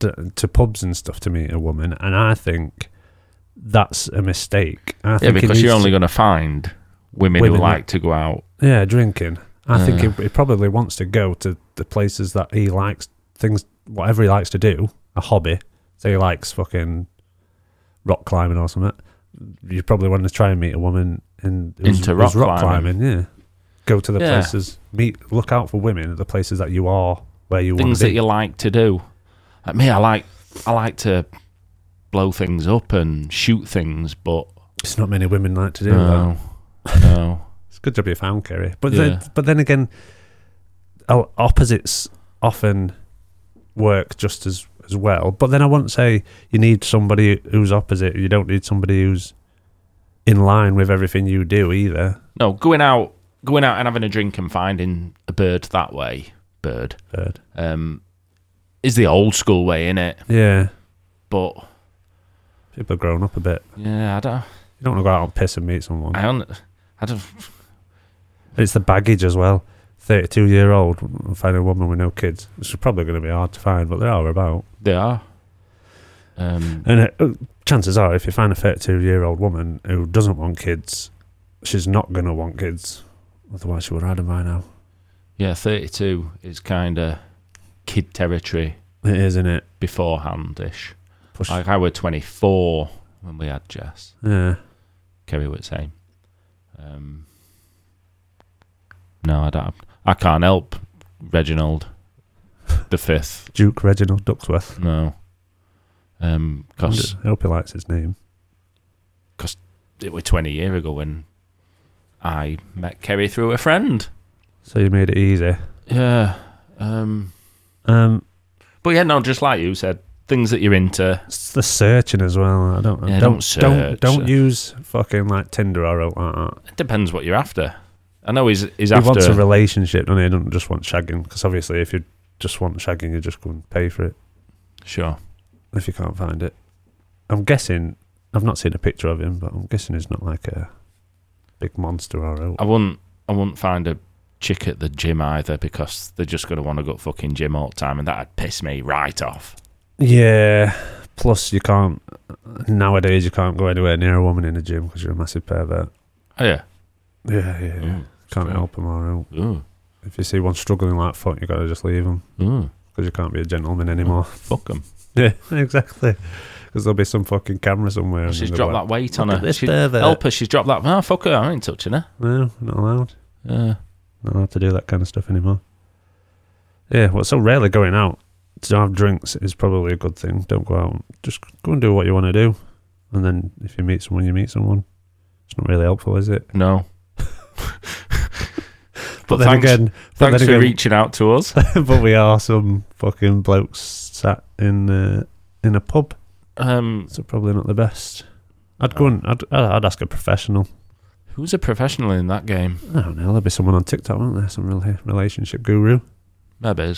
S3: to, to pubs and stuff to meet a woman, and I think that's a mistake. I
S2: yeah,
S3: think it
S2: because you're
S3: needs
S2: only going to find women,
S3: Women
S2: who
S3: that-
S2: like to go out.
S3: to, yeah drinking. I think
S2: Uh.
S3: he, he probably wants to go to the places that he likes things, whatever he likes to do, a hobby. So he likes fucking rock climbing or something. You probably want to try and meet a woman in who's-
S2: Into
S3: who's
S2: rock
S3: rock
S2: climbing.
S3: climbing. Yeah, go to the
S2: Yeah.
S3: places. Meet, look out for women at the places that you are where you want
S2: Things
S3: to
S2: that
S3: be.
S2: you like to do. Like me, I like I like to blow things up and shoot things, but
S3: It's not many women like to do that.
S2: no, no.
S3: It's a good job you found Kerry. But
S2: Yeah.
S3: then, but then again, o- opposites often work just as as well. But then I wouldn't say you need somebody who's opposite. You don't need somebody who's in line with everything you do either.
S2: No, going out, going out and having a drink and finding a bird that way, bird,
S3: Bird.
S2: um, is the old school way in it.
S3: Yeah,
S2: But
S3: people are grown up a bit.
S2: yeah, I don't.
S3: You don't want to go out and piss and meet someone.
S2: I don't. I don't.
S3: It's the baggage as well. Thirty-two year old finding a woman with no kids. It's probably going to be hard to find, but there are about.
S2: They are. Um,
S3: And uh, chances are, if you find a 32 year old woman who doesn't want kids, she's not going to want kids. Otherwise, she would have had them by now.
S2: yeah, thirty-two is kind of kid territory
S3: It is, isn't it?
S2: beforehand ish.
S3: Push.
S2: Like I were twenty-four when we had Jess.
S3: yeah.
S2: Kerry was saying. Um, no, I don't. I can't help Reginald the fifth.
S3: Duke Reginald Ducksworth.
S2: No. Um, cause
S3: I hope he likes his name.
S2: it was 20 year ago when I met Kerry through a friend.
S3: So you made it easy.
S2: Yeah. Um,
S3: Um,
S2: but yeah, no, just like you said, things that you're into.
S3: it's the searching as well. I don't
S2: Yeah,
S3: don't
S2: don't
S3: don't,
S2: search.
S3: don't use fucking like Tinder or like that.
S2: It depends what you're after. I know he's he's
S3: He wants a
S2: after.
S3: relationship, and he doesn't just want shagging. Because obviously, if you just want shagging, you just go and pay for it.
S2: sure.
S3: if you can't find it. I'm guessing I've not seen a picture of him, but I'm guessing he's not like a big monster or a,
S2: I wouldn't. I wouldn't find a chick at the gym either because they're just gonna want to go fucking gym all the time, and that'd piss me right off.
S3: yeah. Plus, you can't nowadays. You can't go anywhere near a woman in the gym because you're a massive pervert.
S2: Oh yeah.
S3: Yeah, yeah. yeah. Can't
S2: true.
S3: help them or out.
S2: Ooh,
S3: If you see one struggling like fuck, you gotta just leave them
S2: ooh, ooh,
S3: because you can't be a gentleman anymore.
S2: fuck 'em.
S3: yeah, exactly. Because there'll be some fucking camera somewhere. and
S2: She's
S3: they'll be
S2: dropped
S3: like,
S2: that weight on
S3: "Look at
S2: her.
S3: this
S2: She,
S3: pervert."
S2: help her. She's dropped that. Oh, fuck her. I ain't touching her.
S3: No, not allowed.
S2: Yeah.
S3: not allowed to do that kind of stuff anymore. Yeah, well, so rarely going out to have drinks is probably a good thing. Don't go out. Just go and do what you want to do. And then if you meet someone, you meet someone. It's not really helpful, is it?
S2: No. but
S3: then
S2: thanks,
S3: again, but
S2: thanks
S3: then
S2: for
S3: again-
S2: reaching out to us.
S3: but we are some fucking blokes sat in uh, in a pub,
S2: Um,
S3: so probably not the best. I'd go and I'd, I'd ask a professional.
S2: who's a professional in that game?
S3: I don't know. There'll be someone on TikTok, won't there? Some real relationship guru.
S2: Maybe.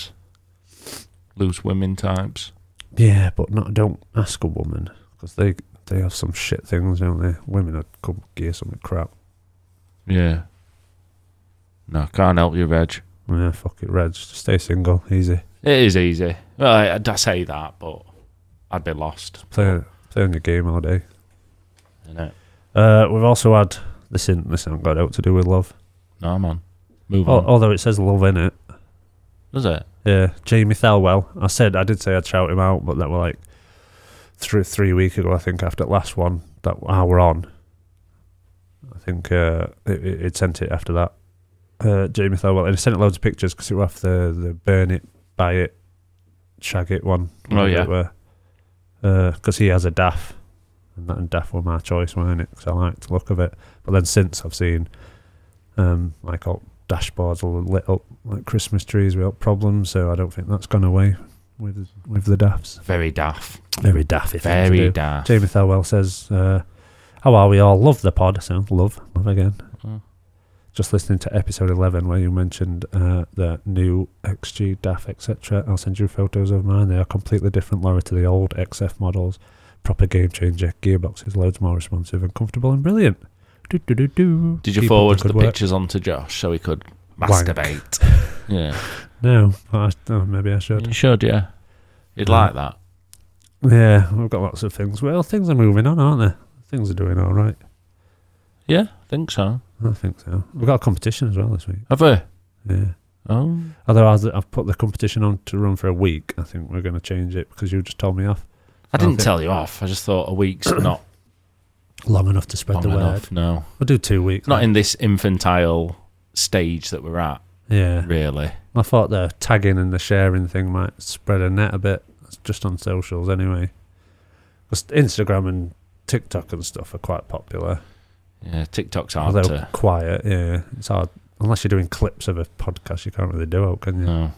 S2: loose women types.
S3: Yeah, but not don't ask a woman because they they have some shit things, don't they? Women are come gear some crap.
S2: Yeah. No, can't help you, Reg.
S3: Yeah, fuck it, Reg. Just stay single, easy.
S2: It is easy. Well, I, I say that, but I'd be lost.
S3: Play playing your game all day.
S2: Innit?
S3: Uh, we've also had this. In, this hasn't got out to do with love,
S2: No, man. Move
S3: Al
S2: on.
S3: although it says love in it.
S2: Does it?
S3: Yeah, Jamie Thelwell. I said I did say I'd shout him out, but that were like three three week ago. I think after the last one that hour on, I think uh, it, it it sent it after that. Uh, Jamie Thelwell and it sent it loads of pictures because it was after the burn it, buy it, shag it one.
S2: Oh, yeah.
S3: because he has a daff, and that and daff were my choice, weren't it? Because I liked the look of it. But then since I've seen, um, like all dashboards all lit up like Christmas trees without problems, so I don't think that's gone away with with the daffs.
S2: Very daft.
S3: Very daffy. thing to
S2: Very
S3: do.
S2: daft.
S3: Jamie Thelwell says, uh, "How are we all? Love the pod. So love, love again.
S2: Mm.
S3: Just listening to episode eleven where you mentioned uh, the new XG DAF etc. I'll send you photos of mine. They are completely different, Laura, to the old XF models. Proper game changer. Gearbox is loads more responsive and comfortable and brilliant." Do, do, do, do.
S2: Did you
S3: Keep up
S2: forward
S3: good
S2: the
S3: work.
S2: pictures onto Josh so he could
S3: Wank.
S2: masturbate? yeah.
S3: No, but I, oh, maybe I should.
S2: You should, yeah. You'd
S3: Mm.
S2: like that.
S3: Yeah, we've got lots of things. Well, things are moving on, aren't they? Things are doing all right.
S2: Yeah, think so.
S3: I think so. We've got a competition as well this week.
S2: Have I?
S3: Yeah.
S2: Oh.
S3: Although I've, I've put the competition on to run for a week, I think we're going to change it because you just told me off.
S2: I didn't
S3: Okay.
S2: tell you off. I just thought a week's not
S3: Long enough to spread
S2: long
S3: the word.
S2: enough. No.
S3: We'll do two weeks.
S2: Not in this infantile stage that we're at,
S3: Yeah.
S2: really.
S3: I thought the tagging and the sharing thing might spread a net a bit. It's just on socials anyway. 'Cause Instagram and TikTok and stuff are quite popular.
S2: Yeah, TikTok's hard
S3: Although
S2: to.
S3: quiet, yeah. It's hard. Unless you're doing clips of a podcast, you can't really do it, can you?
S2: No.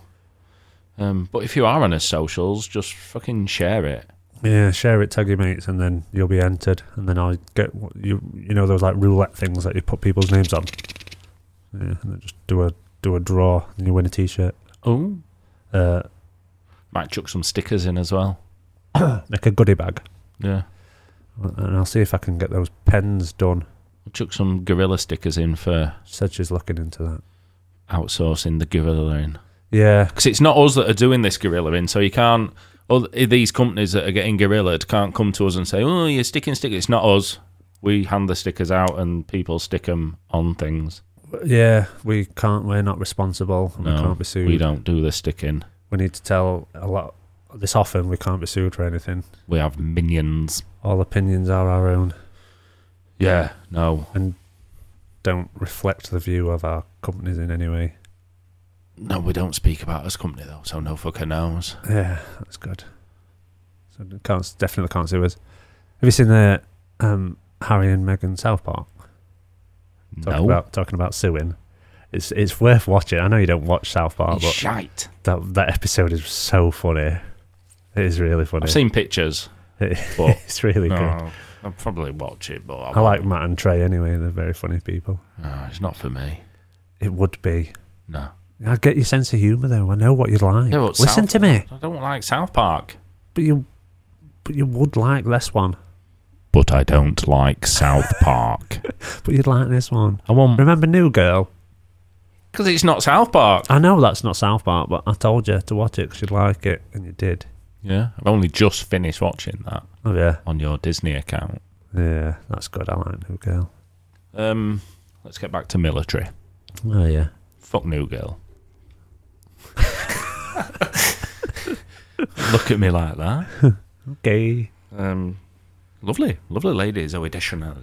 S2: Um, but if you are on his socials, just fucking share it.
S3: Yeah, share it, tag your mates, and then you'll be entered. And then I get what you you know those like roulette things that you put people's names on. Yeah, and then just do a do a draw, and you win a t-shirt.
S2: Oh.
S3: Uh,
S2: Might chuck some stickers in as well.
S3: like a goodie bag,
S2: Yeah.
S3: and I'll see if I can get those pens done.
S2: Chuck some gorilla stickers in for
S3: She said she's looking into that.
S2: outsourcing the gorilla in.
S3: Yeah,
S2: Because it's not us that are doing this gorilla in, so you can't. All these companies that are getting gorillaed can't come to us and say, "Oh, you're sticking stickers." It's not us. We hand the stickers out, and people stick them on things.
S3: yeah, we can't. We're not responsible. and we
S2: No,
S3: can't be sued.
S2: We don't do the sticking.
S3: We need to tell a lot. This often we can't be sued for anything.
S2: We have minions.
S3: All opinions are our own.
S2: Yeah. No.
S3: Don't reflect the view of our companies in any way.
S2: No, we don't speak about this company though, so no fucker knows.
S3: Yeah, that's good. So I can't definitely can't see us. Have you seen the um, Harry and Meghan South Park talking
S2: no.
S3: about talking about suing? It's it's worth watching. I know you don't watch South Park,
S2: It's
S3: but
S2: shite.
S3: that that episode is so funny. It is really funny.
S2: I've seen pictures.
S3: It-
S2: but
S3: it's really good.
S2: no, I'll probably watch it, but
S3: I like Matt and Trey anyway. They're very funny people.
S2: No, it's not for me.
S3: It would be.
S2: No.
S3: I get your sense of humor though. I know what you like.
S2: Yeah, but
S3: Listen
S2: South-
S3: to me,
S2: I don't like South Park.
S3: but you, but you would like this one.
S2: but I don't like South Park.
S3: But you'd like this one.
S2: I won't
S3: Remember New Girl?
S2: because it's not South Park.
S3: I know that's not South Park, but I told you to watch it because you'd like it, and you did.
S2: Yeah, I've only just finished watching that
S3: Oh yeah,
S2: on your Disney account.
S3: yeah, that's good. I like New Girl.
S2: Um, let's get back to military.
S3: Oh yeah,
S2: Fuck New Girl. Look at me like that.
S3: okay.
S2: Um, lovely, lovely ladies are additional.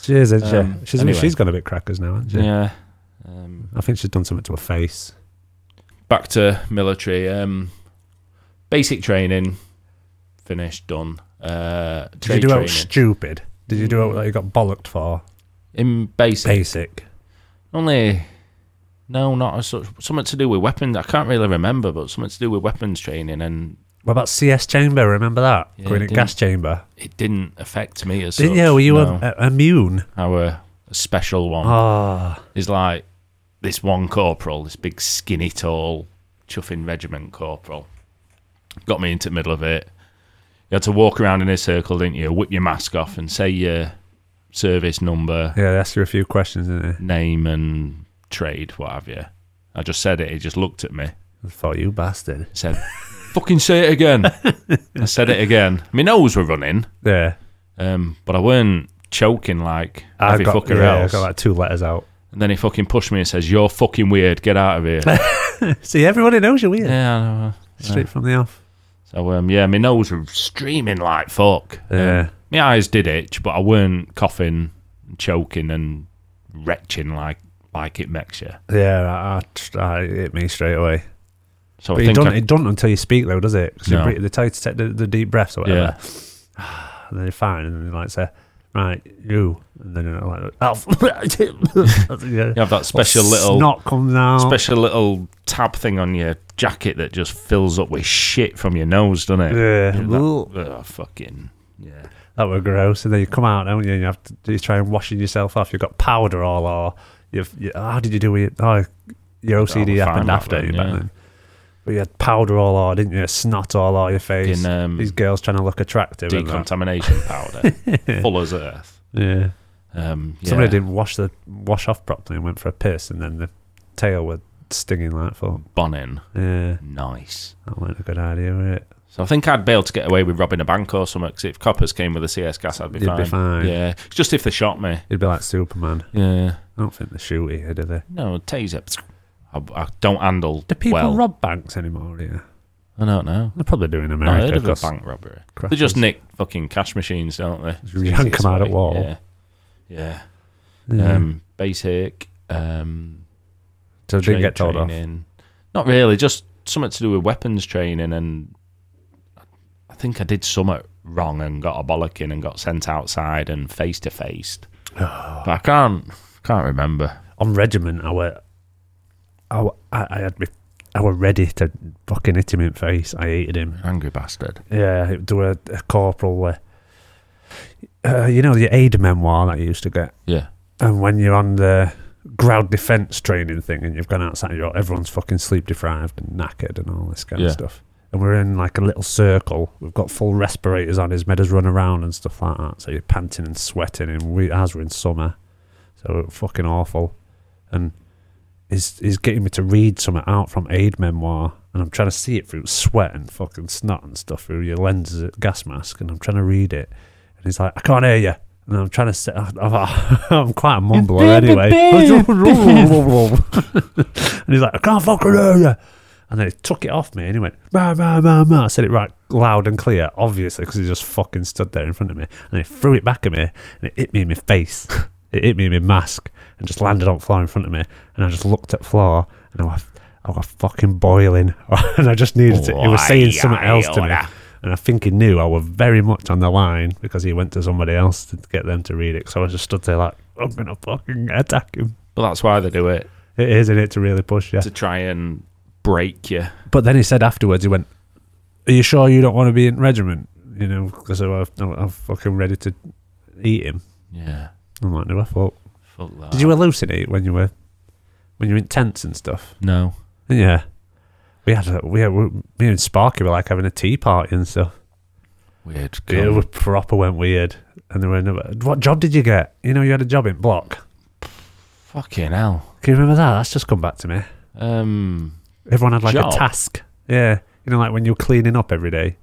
S3: She is, isn't
S2: Um,
S3: she? She's,
S2: anyway.
S3: she's gone a bit crackers now, hasn't she?
S2: Yeah. Um,
S3: I think she's done something to her face.
S2: back to military. Um, basic training finished, done. Uh,
S3: Did you
S2: trade
S3: do out
S2: training
S3: stupid? Did you do out that you got bollocked for?
S2: in basic.
S3: Basic.
S2: Only, no, not as such. Something to do with weapons. I can't really remember, but something to do with weapons training, and
S3: What about CS chamber? Remember that?
S2: Yeah,
S3: Going in
S2: didn't-
S3: gas chamber.
S2: it didn't affect me as
S3: Didn't
S2: such,
S3: you? Were you
S2: no.
S3: um, uh, immune?
S2: our special one
S3: Ah,
S2: is like this one corporal, this big skinny tall chuffing regiment corporal, Got me into the middle of it. You had to walk around in a circle, didn't you? Whip your mask off and say your service number,
S3: Yeah, they ask you a few questions, didn't
S2: name, and trade, what have you. I just said it. He just looked at me.
S3: they? For you bastard.
S2: said, "Fucking say it again." I said it again. My nose were running,
S3: Yeah.
S2: um, but I weren't choking like every fucker
S3: yeah,
S2: else.
S3: I got like two letters out.
S2: And then he fucking pushed me and says, "You're fucking weird. Get out of here."
S3: See, everybody knows you're weird.
S2: yeah. I know.
S3: Straight from the off.
S2: So um, yeah, my nose was streaming like fuck. Um,
S3: Yeah.
S2: my eyes did itch, but I weren't coughing, choking, and retching like like it makes you.
S3: Yeah, I, I, tr- I it hit me straight away.
S2: So
S3: But
S2: I
S3: it
S2: think
S3: doesn't,
S2: I-
S3: it doesn't until you speak, though, does it? 'Cause you
S2: No.
S3: breathe- they tell you to take the, the deep breaths or whatever.
S2: yeah,
S3: And then you're fine. And then they like say, right, you. And then you're like, oh.
S2: you have that special little
S3: Snot comes out.
S2: special little tab thing on your jacket that just fills up with shit from your nose, doesn't it?
S3: Yeah.
S2: That- oh, fucking yeah.
S3: That were gross. And then you come out, don't you? And you have to you try and washing yourself off. You've got powder all or you've you, how did you do it? Oh, your OCD
S2: Oh,
S3: happened
S2: fine back
S3: after
S2: then,
S3: you back
S2: yeah.
S3: then. But you had powder all or didn't you? Snot all over your face.
S2: In um,
S3: These girls trying to look attractive. and that.
S2: decontamination powder, full as earth.
S3: Yeah.
S2: Um, yeah.
S3: Somebody didn't wash the wash off properly and went for a piss and then the tail were stinging like fuck.
S2: Bonin,
S3: Yeah.
S2: nice.
S3: That wasn't a good idea, was it?
S2: So I think I'd be able to get away with robbing a bank or something. 'cause if coppers came with a CS gas, I'd be
S3: You'd
S2: fine.
S3: be fine.
S2: Yeah, It's just if they shot me.
S3: You'd be like Superman.
S2: Yeah,
S3: I don't think they shoot here, do they?
S2: no taser. I, I don't handle.
S3: Do people
S2: well.
S3: rob banks anymore, yeah?
S2: I don't know.
S3: They're probably doing
S2: Not
S3: America.
S2: heard of a
S3: 'cause-
S2: bank robbery. They
S3: crackers.
S2: just nick fucking cash machines, don't they?
S3: Just yank 'em out at wall.
S2: Yeah. Yeah.
S3: Yeah.
S2: Um, basic. Um,
S3: so they didn't get
S2: trade
S3: told off.
S2: training. Not really. Just something to do with weapons training, and I think I did something wrong and got a bollocking and got sent outside and face to faced. But I can't can't remember.
S3: On regiment, I were, I, were- I, I had me, I were ready to fucking hit him in the face. I hated him.
S2: Angry bastard.
S3: Yeah, it- there were a corporal where, uh, you know, the aid memoir that you used to get,
S2: Yeah.
S3: and when you're on the ground defence training thing, and you've gone outside, you're, everyone's fucking sleep deprived and knackered and all this kind
S2: Yeah.
S3: of stuff. And we're in like a little circle. We've got full respirators on. His made us run around and stuff like that. So you're panting and sweating, and we as we're in summer, so it was fucking awful. And he's he's getting me to read something out from aid memoir, and I'm trying to see it through sweat and fucking snot and stuff through your lenses, gas mask, and I'm trying to read it. And he's like, I can't hear you. And I'm trying to sit. I'm, I'm quite a mumbler anyway. and he's like, I can't fucking hear you. And then he took it off me and he went, ma, ma, ma, ma. I said it right loud and clear, obviously, because he just fucking stood there in front of me. And he threw it back at me and it hit me in my face. it hit me in my mask and just landed on the floor in front of me. And I just looked at the floor and I was, I was fucking boiling. and I just needed to. He was
S2: Oh,
S3: saying something else to me. And I think he knew I was very much on the line because he went to somebody else to get them to read it. So I just stood there like, I'm going to fucking attack him.
S2: But that's why they do it
S3: It is, isn't it, to really push you.
S2: to try and break you.
S3: But then he said afterwards, he went, "Are you sure you don't want to be in regiment? You know, because I'm, I'm fucking ready to eat him."
S2: Yeah.
S3: I'm like, "No, I thought."
S2: Fuck that.
S3: Did you hallucinate when you were when you were in tents and stuff?
S2: No.
S3: Yeah, we had a, we, had, we me and Sparky were like having a tea party and stuff.
S2: Weird.
S3: It was proper went weird, and there were another, what job did you get? You know, you had a job in block.
S2: Fucking hell.
S3: Can you remember that? That's just come back to me.
S2: Um.
S3: Everyone had like
S2: Job?
S3: a task. Yeah, you know, like when you're cleaning up every day.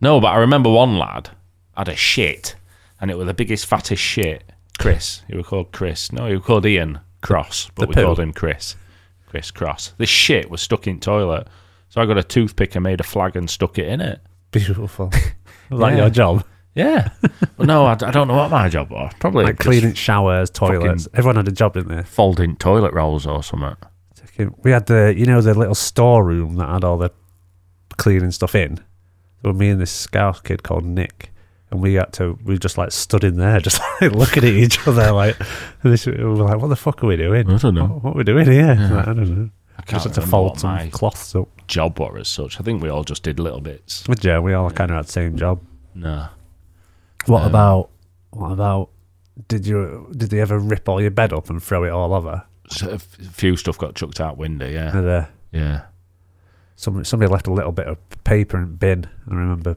S2: No, but I remember one lad had a shit, and it was the biggest, fattest shit. Chris. He was called Chris. No, he was called Ian Cross, but
S3: The
S2: we
S3: poo.
S2: called him Chris. Chris Cross. This shit was stuck in toilet, so I got a toothpick and made a flag and stuck it in it.
S3: Beautiful. like
S2: Yeah.
S3: your job.
S2: Yeah, but no, I, I don't know what my job was. Probably
S3: like
S2: just
S3: cleaning showers, toilets. Everyone had a job in there.
S2: folding toilet rolls or something.
S3: Fucking- We had the, you know, the little storeroom that had all the cleaning stuff in. There were me and this scouse kid called Nick, and we had to, we just like stood in there, just like looking at each other, like, and this, we were like, what the fuck are we doing?
S2: I don't know.
S3: What, what are we doing here? Like, I don't know.
S2: I can't
S3: Just had
S2: remember
S3: to fold
S2: what
S3: some
S2: my
S3: cloths up.
S2: job was as such. I think we all just did little bits.
S3: But yeah, we all kind of had the same job.
S2: No,
S3: What
S2: Um,
S3: about, what about, did you, did they ever rip all your bed up and throw it all over?
S2: so a f- few stuff got chucked out window. Yeah,
S3: And, uh,
S2: yeah.
S3: Some, somebody left a little bit of paper in a bin. I remember.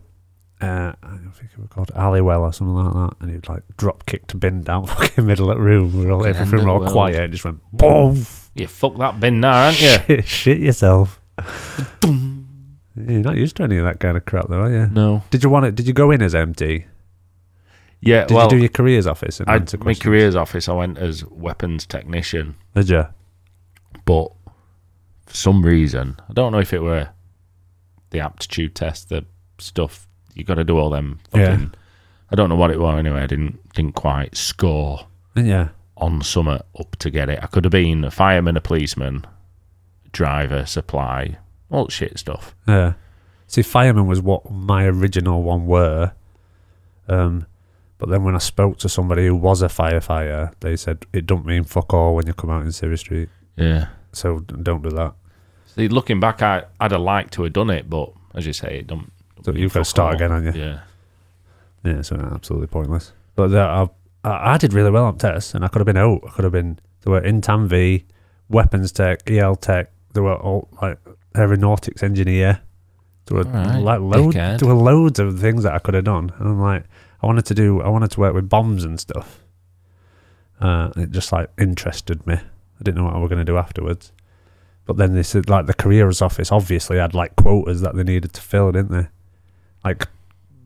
S3: Uh, I don't think it was called Alleywell or something like that, and he'd like drop kicked a bin down fucking middle of the room. We were all
S2: Fucking end of
S3: everything
S2: the
S3: all
S2: world.
S3: quiet. And just went boom.
S2: You fuck that bin now, aren't you?
S3: Shit, shit yourself. You're not used to any of that kind of crap, though, are you?
S2: No.
S3: Did you want it? Did you go in as MD?
S2: Yeah.
S3: Did
S2: well,
S3: you do your careers office? And
S2: I,
S3: answer
S2: my
S3: questions?
S2: careers office, I went as weapons technician,
S3: Did you?
S2: but for some reason, I don't know if it were the aptitude test, the stuff you got to do all them.
S3: Yeah.
S2: Fucking, I don't know what it was anyway. I didn't didn't quite score
S3: Yeah.
S2: on summer up to get it. I could have been a fireman, a policeman, driver, supply, all that shit stuff.
S3: Yeah. See, fireman was what my original one were. Um, but then when I spoke to somebody who was a firefighter, they said it don't mean fuck all when you come out in Surrey Street.
S2: Yeah.
S3: So d- don't do that.
S2: See, looking back, I, I'd have liked to have done it, but as you say, it don't.
S3: So you've got to start again, haven't you?
S2: Yeah.
S3: Yeah, so absolutely pointless. But that I, I I did really well on tests, and I could have been out. I could have been. There were Intam V, weapons tech, EL tech. There were all like aeronautics engineer. There were
S2: Alright,
S3: like loads.
S2: dickhead.
S3: There were loads of things that I could have done, and I'm like, I wanted to do. I wanted to work with bombs and stuff. Uh, it just like interested me. I didn't know what I was going to do afterwards. But then they said like the careers office obviously had like quotas that they needed to fill, didn't they? Like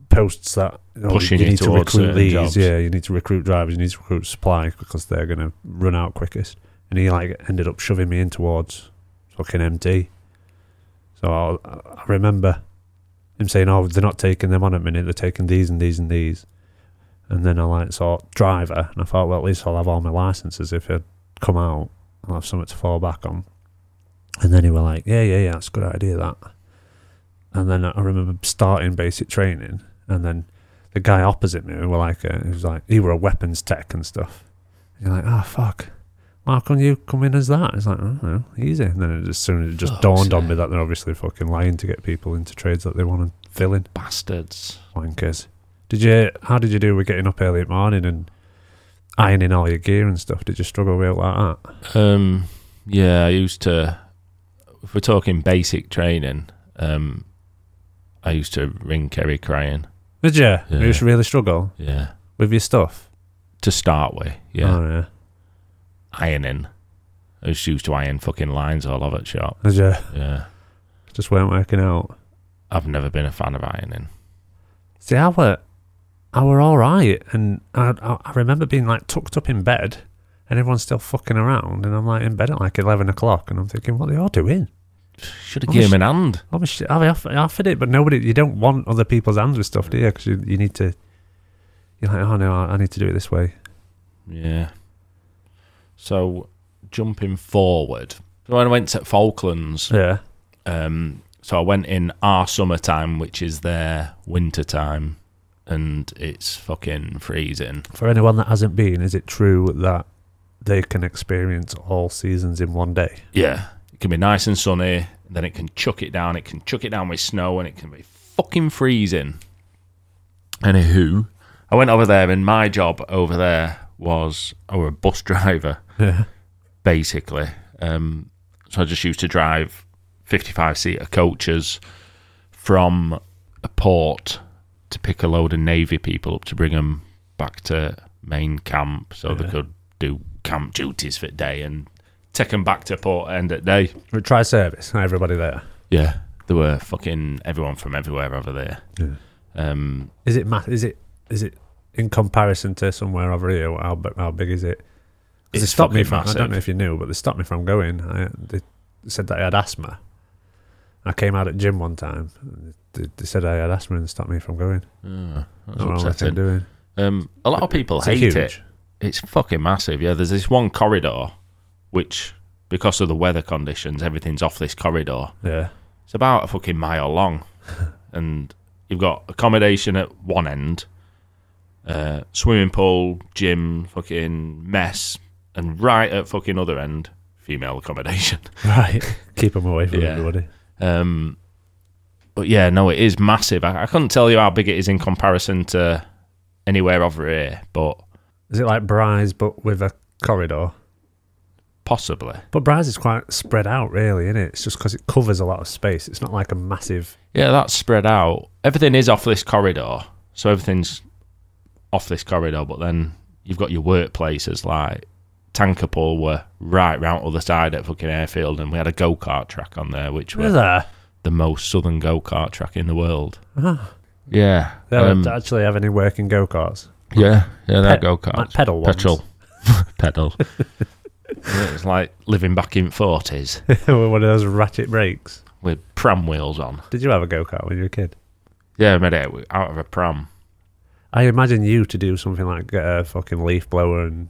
S3: posts that oh,
S2: Pushing
S3: you
S2: you
S3: need to
S2: towards
S3: recruit
S2: certain
S3: these.
S2: jobs.
S3: Yeah, you need to recruit drivers, you need to recruit supply because they're going to run out quickest. And he like ended up shoving me in towards fucking MD. So I, I remember him saying, "Oh, they're not taking them on at the minute. They're taking these and these and these." And then I like saw driver, and I thought, well, at least I'll have all my licenses if I come out. I'll have something to fall back on. And then he were like, yeah, yeah, yeah, that's a good idea, that. And then I remember starting basic training, and then the guy opposite me were like, uh, he was like, he were a weapons tech and stuff. You're like, oh fuck, why can you come in as that? It's like, I don't know, easy. And then it just soon it just
S2: Fuck's
S3: dawned on
S2: sake.
S3: me that they're obviously fucking lying to get people into trades that they want to fill in.
S2: Bastards.
S3: Wankers. Did you? How did you do with getting up early in the morning and ironing all your gear and stuff? Did you struggle with it like that?
S2: Um, yeah, I used to. If we're talking basic training, um, I used to ring Kerry crying.
S3: Did you?
S2: Yeah.
S3: You just really struggle
S2: Yeah,
S3: with your stuff.
S2: to start with, yeah,
S3: Oh, yeah.
S2: ironing. I just used to iron fucking lines all over the shop.
S3: Did you?
S2: Yeah,
S3: Just weren't working out.
S2: I've never been a fan of ironing.
S3: See, I were, I were all right, and I, I, I remember being like tucked up in bed, and everyone's still fucking around, and I'm like in bed at like eleven o'clock, and I'm thinking, what are they all doing?
S2: Should have
S3: Oh,
S2: given
S3: sh-
S2: him an hand.
S3: Obviously, I off- I offered it, but nobody. You don't want other people's hands with stuff, do you? Because you, you need to. You're like, oh no, I, I need to do it this way.
S2: Yeah. So, jumping forward, so when I went to Falklands,
S3: Yeah.
S2: Um, so I went in our summertime, which is their winter time, and it's fucking freezing.
S3: For anyone that hasn't been, is it true that they can experience all seasons in one day?
S2: Yeah, it can be nice and sunny, then it can chuck it down. It can chuck it down with snow, and it can be fucking freezing. Anywho, I went over there, and my job over there was I were a bus driver.
S3: Yeah.
S2: basically. Um, so I just used to drive 55 seater coaches from a port to pick a load of Navy people up to bring them back to main camp so they
S3: Yeah.
S2: could do camp duties for the day and take them back to port end at day.
S3: We try service. Hi, everybody there.
S2: Yeah. There were fucking everyone from everywhere over there.
S3: Yeah.
S2: Um,
S3: Is it ma- Is it is it in comparison to somewhere over here? How bi- how big is it? 'Cause They
S2: It's
S3: stopped me from.
S2: fucking
S3: I don't
S2: massive.
S3: know if you knew, but they stopped me from going. I, they said that I had asthma. I came out at gym one time. and They, they said I had asthma and stopped me from going.
S2: oh, that's
S3: That's what I
S2: upsetting.
S3: kept doing.
S2: Um, a lot of people
S3: It's
S2: hate
S3: huge.
S2: it. It's fucking massive. Yeah, there's this one corridor, which because of the weather conditions, everything's off this corridor.
S3: Yeah.
S2: It's about a fucking mile long, and you've got accommodation at one end, uh, swimming pool, gym, fucking mess, and right at fucking other end, female accommodation.
S3: Right. Keep them away from
S2: Yeah.
S3: everybody.
S2: Um, but yeah, no, it is massive. I, I couldn't tell you how big it is in comparison to anywhere over here, but
S3: Is it like Bry's but with a corridor?
S2: possibly.
S3: But Braz is quite spread out, really, isn't it? It's just because it covers a lot of space. It's not like a massive.
S2: Yeah, that's spread out. Everything is off this corridor, so everything's off this corridor. But then you've got your workplaces like Tankerpool were right round other side at fucking airfield, and we had a go kart track on there, which was
S3: there?
S2: the most southern go kart track in the world. Yeah,
S3: They don't
S2: um,
S3: actually have any working go karts.
S2: yeah, yeah, that
S3: Ped-
S2: go
S3: Like
S2: kart
S3: pedal ones.
S2: Oh, petrol pedal. Yeah, it's like living back in forties
S3: One of those ratchet brakes.
S2: with pram wheels on.
S3: Did you have a go kart when you were a kid?
S2: Yeah, I made it out- out of a pram.
S3: I imagine you to do something like get a fucking leaf blower and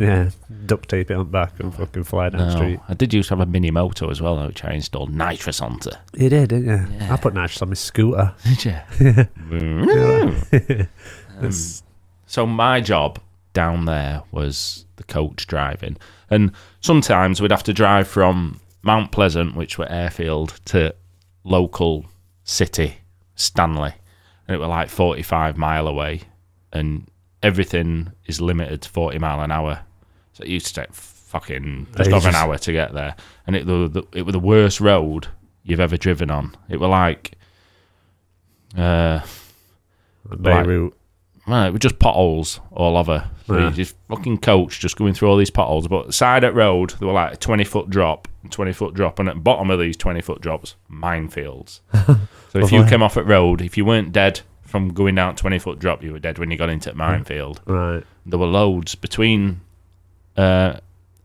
S3: yeah, duct tape it on the back and fucking fly down the street.
S2: No, I did used to have a mini motor as well, which I installed nitrous onto.
S3: You did, didn't you? I put nitrous on my scooter.
S2: Did you? Um, so my job down there was the coach driving, and sometimes we'd have to drive from Mount Pleasant, which were airfield, to local city Stanley, and it were like forty-five mile away, and everything is limited to forty mile an hour. So it used to take fucking just over an
S3: Ages.
S2: hour to get there, and it the, the it were the worst road you've ever driven on. It were like uh,
S3: Beirut.
S2: man, it was just potholes all over. So
S3: Yeah.
S2: you just fucking coach just going through all these potholes. But side at road, they were like a 20 foot drop, 20 foot drop. And at the bottom of these 20 foot drops, minefields. so if you
S3: Lovely.
S2: came off at road, if you weren't dead from going down 20 foot drop, you were dead when you got into the minefield.
S3: Right.
S2: There were loads between uh,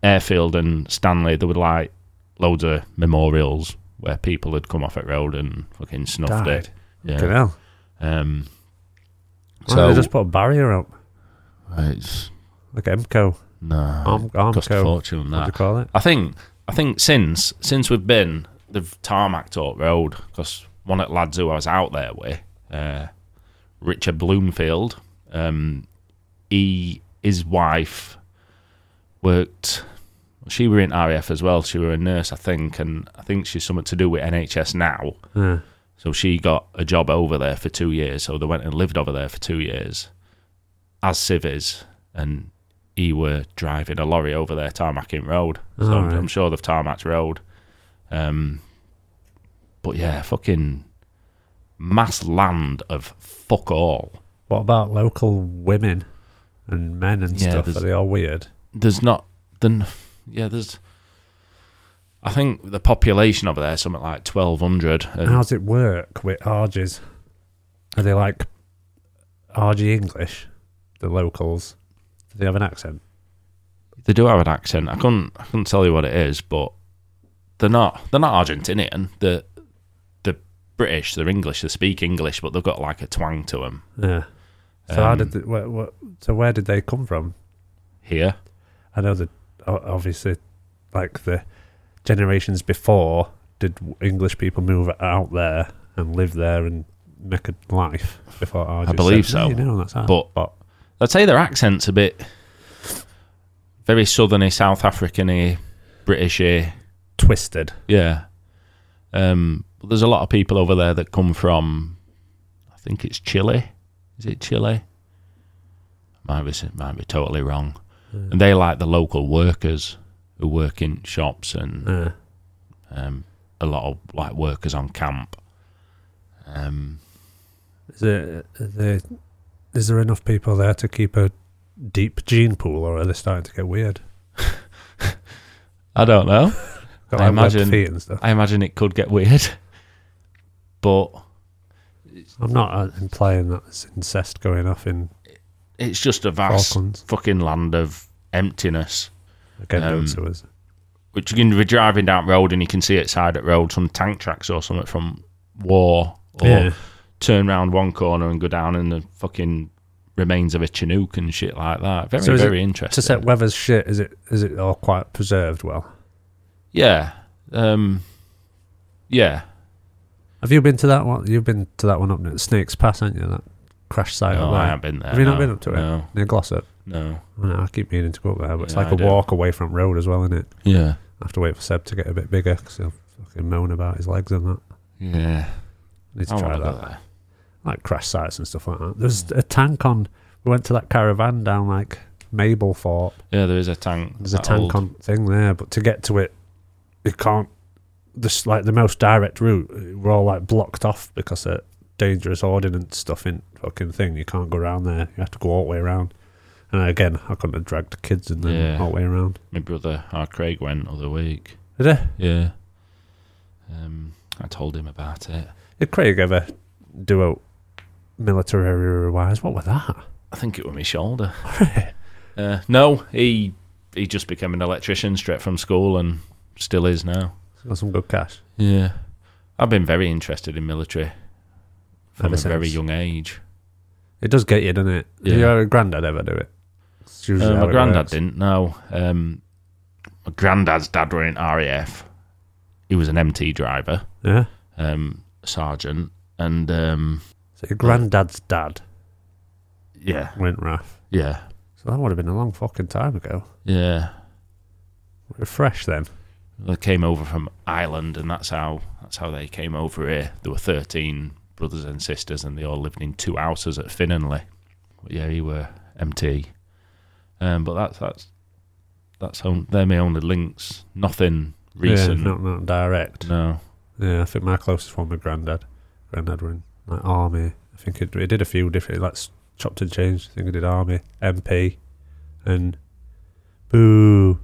S2: airfield and Stanley. There were like loads of memorials where people had come off at road and fucking snuffed
S3: Died.
S2: it.
S3: Good
S2: Yeah.
S3: hell.
S2: Um,
S3: Why don't
S2: so
S3: they just put a barrier up?
S2: it's
S3: Like MCO.
S2: No,
S3: Arm, arm
S2: cost a
S3: co.
S2: fortune on
S3: What do you
S2: that.
S3: call it?
S2: Oh, I think I think since since we've been they've tarmacked up road because one of the lads who I was out there with, uh, Richard Bloomfield, um, he his wife worked. She were in RAF as well. She were a nurse, I think, and I think she's something to do with NHS now.
S3: Yeah.
S2: So she got a job over there for two years. So they went and lived over there for two years as civvies, and he were driving a lorry over there, tarmacking road. So I'm-
S3: Alright.
S2: I'm sure they've tarmacked road. Um, but yeah, fucking mass land of fuck all.
S3: What about local women and men and
S2: Yeah,
S3: stuff? Are
S2: there's-
S3: they all weird?
S2: There's not then. Yeah, there's. I think the population over there is something like twelve hundred.
S3: How's it work with Arges? Are they like RG English, the locals? Do they have an accent?
S2: They do have an accent. I couldn't I couldn't tell you what it is, but they're not they're not Argentinian. They're they're British. They're English. They speak English, but they've got like a twang to them
S3: Yeah. So how
S2: Um,
S3: did they, where, where, so where did they come from?
S2: here.
S3: I know that o- obviously, like the generations before, did English people move out there and live there and make a life before Arges?
S2: I believe
S3: said, "Yeah,
S2: so,
S3: You know, that's how.
S2: but- I'd say their accent's a bit very southerny, South African-y, Britishy.
S3: twisted.
S2: Yeah. Um, but there's a lot of people over there that come from. I think it's Chile. Is it Chile? Might be might be totally wrong. And they like the local workers who work in shops and
S3: Yeah.
S2: um, a lot of like workers on camp. Um,
S3: Is there, are there, is there enough people there to keep a deep gene pool, or are they starting to get weird?
S2: I don't know.
S3: Got
S2: I
S3: like webbed
S2: imagine-
S3: feet and stuff.
S2: I imagine it could get weird, but
S3: I'm not uh, implying that there's incest going off in
S2: it's just a vast
S3: Falklands.
S2: fucking land of emptiness.
S3: Again,
S2: Um,
S3: to us.
S2: Which you can be driving down road and you can see it side at road some tank tracks or something from war or
S3: Yeah.
S2: turn round one corner and go down in the fucking remains of a Chinook and shit like that. Very
S3: So is it
S2: very
S3: To
S2: interesting.
S3: set Weathers shit, is it is it all quite preserved well?
S2: yeah, um, yeah.
S3: Have you been to that one? You've been to that one up near Snake's Pass, haven't you? That crash site
S2: No,
S3: up there.
S2: I haven't been there.
S3: Have you not
S2: no.
S3: been up to it?
S2: No,
S3: Near Glossop.
S2: no.
S3: I know, I keep meaning to go up there, but it's
S2: Yeah,
S3: like
S2: I
S3: a
S2: do.
S3: walk away from road as well, isn't it?
S2: Yeah.
S3: I have to wait for Seb to get a bit bigger because he'll fucking moan about his legs and that.
S2: Yeah.
S3: Need to
S2: I
S3: try
S2: wanna
S3: that.
S2: go there.
S3: like crash sites and stuff like that. There was a tank on. We went to that caravan down like Mablethorpe.
S2: Yeah, there is a tank.
S3: There's a
S2: that
S3: tank
S2: old.
S3: on thing there, but to get to it, you can't. This like the most direct route. We're all like blocked off because of dangerous ordinance stuff in fucking thing. You can't go around there. You have to go all the way around. And again, I couldn't have dragged the kids in there
S2: Yeah.
S3: all the way around.
S2: My brother, our Craig, went other week.
S3: Did I?
S2: Yeah. Um, I told him about it.
S3: Did Craig ever do a military area wise? What was that?
S2: I think it was my shoulder. uh, no, he he just became an electrician straight from school and still is now.
S3: Got some good cash.
S2: Yeah. I've been very interested in military from
S3: Ever
S2: a very
S3: since.
S2: young age.
S3: It does get you, doesn't it?
S2: Yeah.
S3: Did your granddad ever do it? It's
S2: Uh,
S3: usually how
S2: my
S3: it
S2: granddad
S3: works.
S2: didn't, no. Um, my granddad's dad were in RAF. He was an MT driver,
S3: Yeah.
S2: um, sergeant, and um,
S3: So your granddad's dad
S2: yeah,
S3: went RAF.
S2: yeah,
S3: So that would have been a long fucking time ago.
S2: yeah.
S3: We're fresh then.
S2: They came over from Ireland, and that's how that's how they came over here. There were thirteen brothers and sisters, and they all lived in two houses at Finlanley. But yeah, he were MT. Um, but that's that's that's on, they're my only links. Nothing recent.
S3: Yeah, not, not direct.
S2: No.
S3: Yeah, I think my closest one was granddad. Granddad were in like army. I think it, it did a few different, like s- chopped and changed. I think it did army, MP, and boo.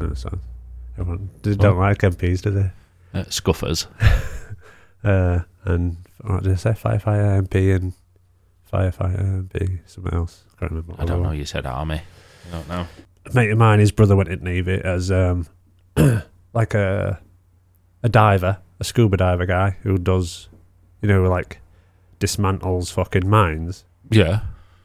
S3: Uh, So everyone they don't like MPs, do they?
S2: Uh, scuffers.
S3: Uh, and what did I say? Firefighter MP and firefighter MP. Something else. I can't remember. what
S2: I
S3: the
S2: don't
S3: other
S2: know. You said army. I don't know.
S3: a mate of mine, his brother went in Navy as um, like a a diver, a scuba diver guy who does, you know, like dismantles fucking mines.
S2: Yeah.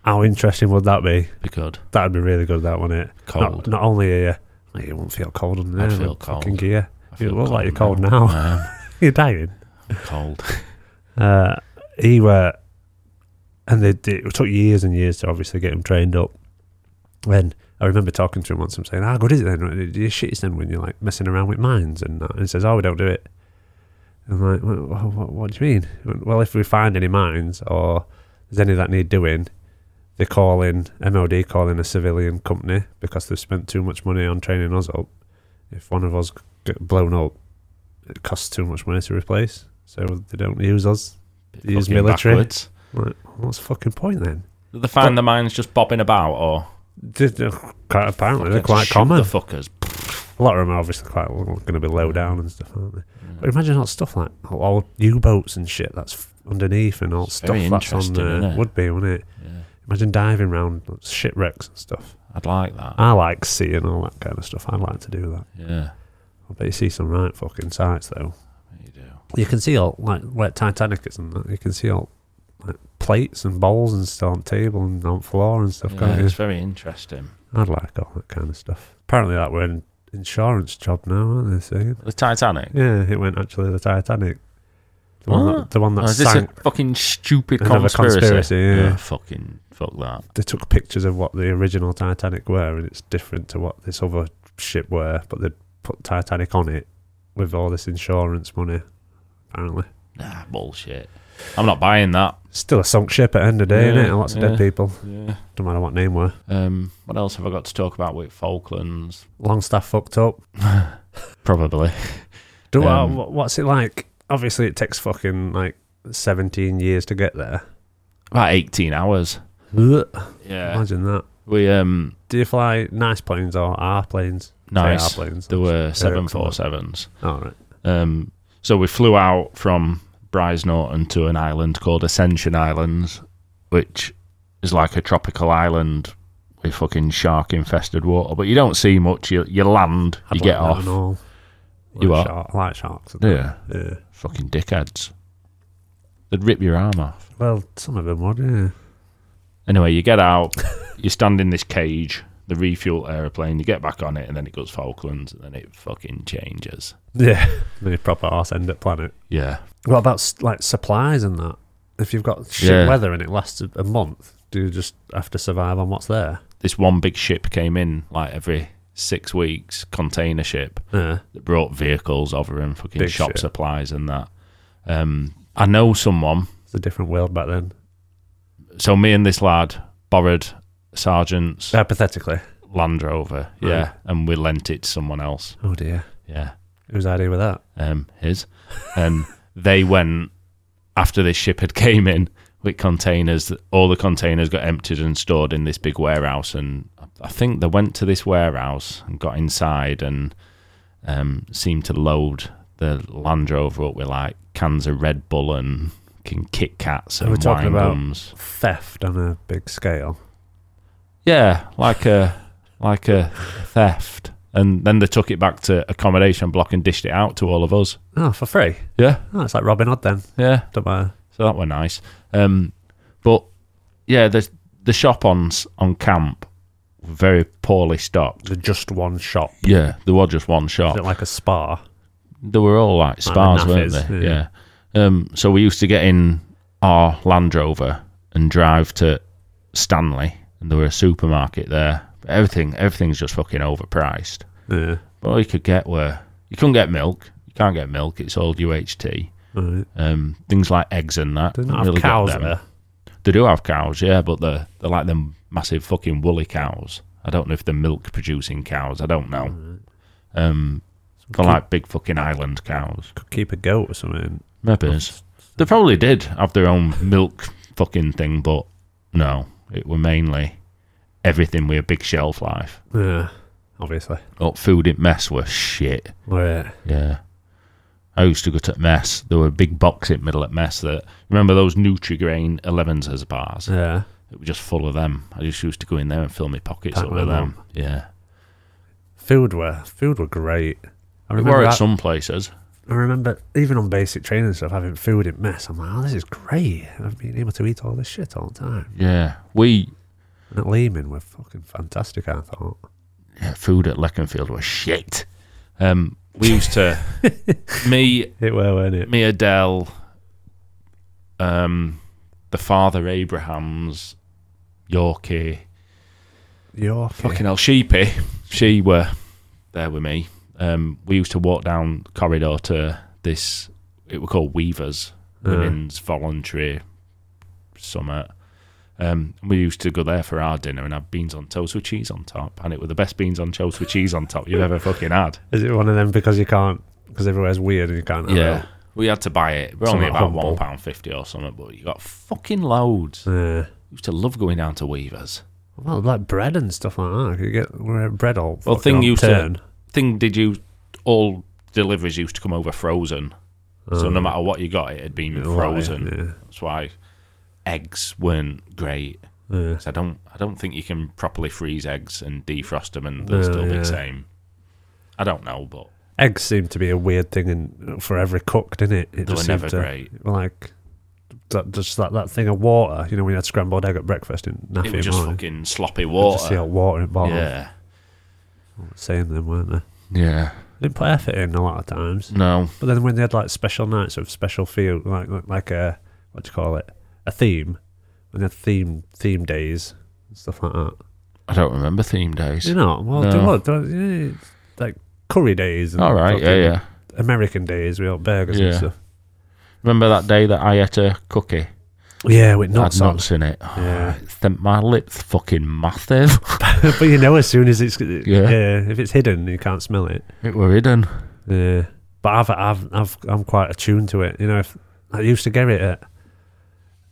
S3: How interesting would that be?
S2: Be good.
S3: That'd be really good. That wouldn't it? Not-
S2: Cold.
S3: Not, only are you, like, you won't feel cold under there.
S2: I'd
S3: with
S2: feel cold.
S3: Fucking gear.
S2: I
S3: You look like you're cold
S2: now.
S3: now.
S2: I
S3: you're dying.
S2: am cold.
S3: Uh, he were, and they, they, it took years and years to obviously get him trained up. And I remember talking to him once. I'm saying, "How good is it then? Do you shit yourself when you're like messing around with mines?" And, that? and he says, "Oh, we don't do it." I'm like, "What, what, what do you mean?" He went, Well, if we find any mines or there's any that need doing, they call in MOD, call in a civilian company because they've spent too much money on training us up. If one of us get blown up, it costs too much money to replace, so they don't use us. He is
S2: Fucking
S3: military.
S2: backwards.
S3: Like, what's the fucking point then?
S2: Did they find the mines just bobbing about, or
S3: Th- th- quite- Apparently, they're
S2: Let's
S3: quite
S2: shoot
S3: common.
S2: The fuckers.
S3: a lot of them are obviously quite going to be low down and stuff, aren't they?
S2: Mm.
S3: But imagine all stuff like all U-boats and shit that's f- underneath and all
S2: It's
S3: stuff
S2: very
S3: that's on
S2: interesting,
S3: there
S2: isn't it?
S3: would be, wouldn't it?
S2: Yeah.
S3: Imagine diving round shipwrecks and stuff.
S2: I'd like that.
S3: I like seeing all that kind of stuff. I like to do that.
S2: Yeah,
S3: I bet you see some right fucking sights though.
S2: you do.
S3: You can see all like where Titanic is and that. You can see all like plates and bowls and stuff on table and on floor and stuff.
S2: Yeah,
S3: can't you?
S2: it's very interesting.
S3: I'd like all that kind of stuff. Apparently, that were an insurance job now, aren't they? Saying,
S2: The Titanic.
S3: yeah, it went actually the Titanic, the one
S2: What?
S3: that the one that
S2: Oh, is this a
S3: sank.
S2: fucking stupid
S3: Another
S2: conspiracy? Ah,
S3: conspiracy, yeah.
S2: fucking fuck that.
S3: They took pictures of what the original Titanic were, and it's different to what this other ship were. But they put Titanic on it with all this insurance money. Apparently,
S2: Nah, bullshit. I'm not buying that.
S3: still a sunk ship at the end of the day,
S2: Yeah,
S3: innit? And lots of dead
S2: yeah.
S3: people.
S2: Yeah.
S3: Don't matter what name were.
S2: Um, what else have I got to talk about with Falklands?
S3: Longstaff fucked up.
S2: Probably.
S3: Do what-
S2: Um,
S3: what, what's it like? Obviously, it takes fucking like seventeen years to get there.
S2: About 18 hours. Yeah.
S3: Imagine that.
S2: We, um,
S3: Do you fly nice planes or R planes?
S2: nice.
S3: Say R planes.
S2: There were
S3: Ericsson.
S2: 747s.
S3: All right.
S2: Um, so we flew out from Bryce Norton to an island called Ascension Islands, which is like a tropical island with fucking shark infested water. But you don't see much. You, you land,
S3: I'd
S2: you get
S3: like that and
S2: off.
S3: all.
S2: You
S3: Like
S2: are?
S3: shark- like sharks. and
S2: Yeah,
S3: that. Yeah.
S2: fucking dickheads. They'd rip your arm off.
S3: Well, some of them would. Yeah.
S2: Anyway, you get out, you stand in this cage, the refuel aeroplane, you get back on it, and then it goes Falklands, and then it fucking changes.
S3: Yeah. Many proper arse end at planet.
S2: Yeah.
S3: What about s- like supplies and that? If you've got shit
S2: Yeah.
S3: weather and it lasts a, a month, do you just have to survive on what's there?
S2: This one big ship came in like every six weeks, container ship.
S3: Yeah.
S2: that brought vehicles over and fucking
S3: Big
S2: shop
S3: shit.
S2: supplies and that. Um, I know someone.
S3: It's a different world back then.
S2: So me and this lad borrowed sergeant's
S3: Hypothetically.
S2: Land Rover. Yeah,
S3: Right.
S2: and we lent it to someone else.
S3: Oh dear.
S2: Yeah,
S3: Whose idea was that?
S2: um, his, and they went after this ship had came in with containers. All the containers got emptied and stored in this big warehouse, and I- I think they went to this warehouse and got inside and um, seemed to load the Land Rover up with like cans of Red Bull and King Kit Kats
S3: Are we
S2: and
S3: talking
S2: wine
S3: about-
S2: gums.
S3: Theft on a big scale.
S2: Yeah, like a like a theft. And then they took it back to accommodation block and dished it out to all of us.
S3: Oh, for free.
S2: Yeah,
S3: Oh, it's like Robin Hood then.
S2: yeah.
S3: Don't matter.
S2: So that were nice. Um, but yeah, the the shop on s- on camp were very poorly stocked.
S3: The just one shop.
S2: Yeah, there was just one
S3: Is
S2: shop.
S3: it like a spa?
S2: They were all like spas, weren't
S3: Nafis,
S2: they?
S3: yeah.
S2: Yeah. Um, so we used to get in our Land Rover and drive to Stanley, and there were a supermarket there. But everything everything's just fucking overpriced.
S3: Yeah.
S2: But all you could get were you couldn't get milk. You can't get milk. It's all UHT.
S3: Right.
S2: Um, things like eggs and that.
S3: They
S2: Couldn't
S3: don't have
S2: really get
S3: cows
S2: them.
S3: there.
S2: They do have cows, yeah, but they're, they're like them massive fucking woolly cows. I don't know if they're milk producing cows. I don't know. Um, they're like big fucking island cows.
S3: Could keep a goat or something.
S2: Maybe. it's- They probably did have their own milk fucking thing, but no. It were mainly everything with a big shelf life.
S3: Yeah. Obviously.
S2: Up food at mess were shit.
S3: Right.
S2: Yeah. I used to go to mess. There were a big box at middle at mess that remember those Nutrigrain 11s as bars.
S3: Yeah.
S2: It was just full of them. I just used to go in there and fill my pockets
S3: Pack
S2: up
S3: them
S2: with them. Yeah.
S3: Food were food were great. I
S2: We
S3: remember
S2: were at
S3: that-
S2: some places.
S3: I remember even on basic training and stuff having food in mess. I'm like, oh, this is great. I've been able to eat all this shit all the time.
S2: Yeah. We,
S3: And at Lehman were fucking fantastic. I thought.
S2: yeah, food at Leckenfield was shit. Um, we used to, me,
S3: It were, weren't it?
S2: me, Adele, um, the father Abrahams, Yorkie,
S3: Your
S2: fucking hell, Sheepy, she were there with me. Um, we used to walk down the corridor to this, it were called Weavers,
S3: Uh.
S2: Women's Voluntary Summit. Um, we used to go there for our dinner and have beans on toast with cheese on top, and it were the best beans on toast with cheese on top you've ever fucking had.
S3: Is it one of them because you can't because everywhere's weird and you can't? have
S2: Yeah, we had to buy it. We're only
S3: Something
S2: about
S3: humble.
S2: one pound fifty or something, but you got fucking loads.
S3: it? Yeah.
S2: Used to love going down to Weavers.
S3: Well, like bread and stuff like that. Could you get where bread all
S2: Well,
S3: fucking
S2: thing
S3: on
S2: used to-
S3: turn.
S2: Thing did you all deliveries used to come over frozen. So
S3: Uh,
S2: no matter what you got, it had been frozen. That's why eggs weren't great.
S3: Yeah. yeah.
S2: 'Cause I don't, I don't think you can properly freeze eggs and defrost them, and they'll
S3: No,
S2: still be
S3: Uh, yeah.
S2: the same. I don't know, but
S3: Eggs seem to be a weird thing in, for every cook, didn't it? It
S2: they were
S3: seemed
S2: never
S3: to-
S2: great.
S3: Like that, just that, that thing of water. You know, when you had scrambled egg at breakfast in Naffy
S2: It was just
S3: morning.
S2: fucking sloppy
S3: Could Just see
S2: water.
S3: how water it bottled.
S2: Yeah,
S3: Same then, weren't they?
S2: yeah.
S3: They didn't put effort in a lot of times.
S2: No,
S3: But then when they had like special nights of special field, like like a what do you call it? A theme. When they had theme theme days and stuff like that.
S2: I don't remember theme days.
S3: You know, well,
S2: No.
S3: there was, there was, yeah, it's like curry days. And
S2: All right, yeah,
S3: fucking
S2: yeah.
S3: American days with all burgers and
S2: Yeah.
S3: stuff.
S2: Remember that day that I ate a cookie?
S3: Yeah, with
S2: Not
S3: nuts
S2: I'd
S3: on.
S2: nuts in it.
S3: Yeah.
S2: It sent my lips fucking massive.
S3: but you know, as soon as it's yeah.
S2: Yeah.
S3: if it's hidden, you can't smell it.
S2: it were hidden.
S3: Yeah, Uh, but I've I've, I've I'm quite attuned to it. You know, if I used to get it at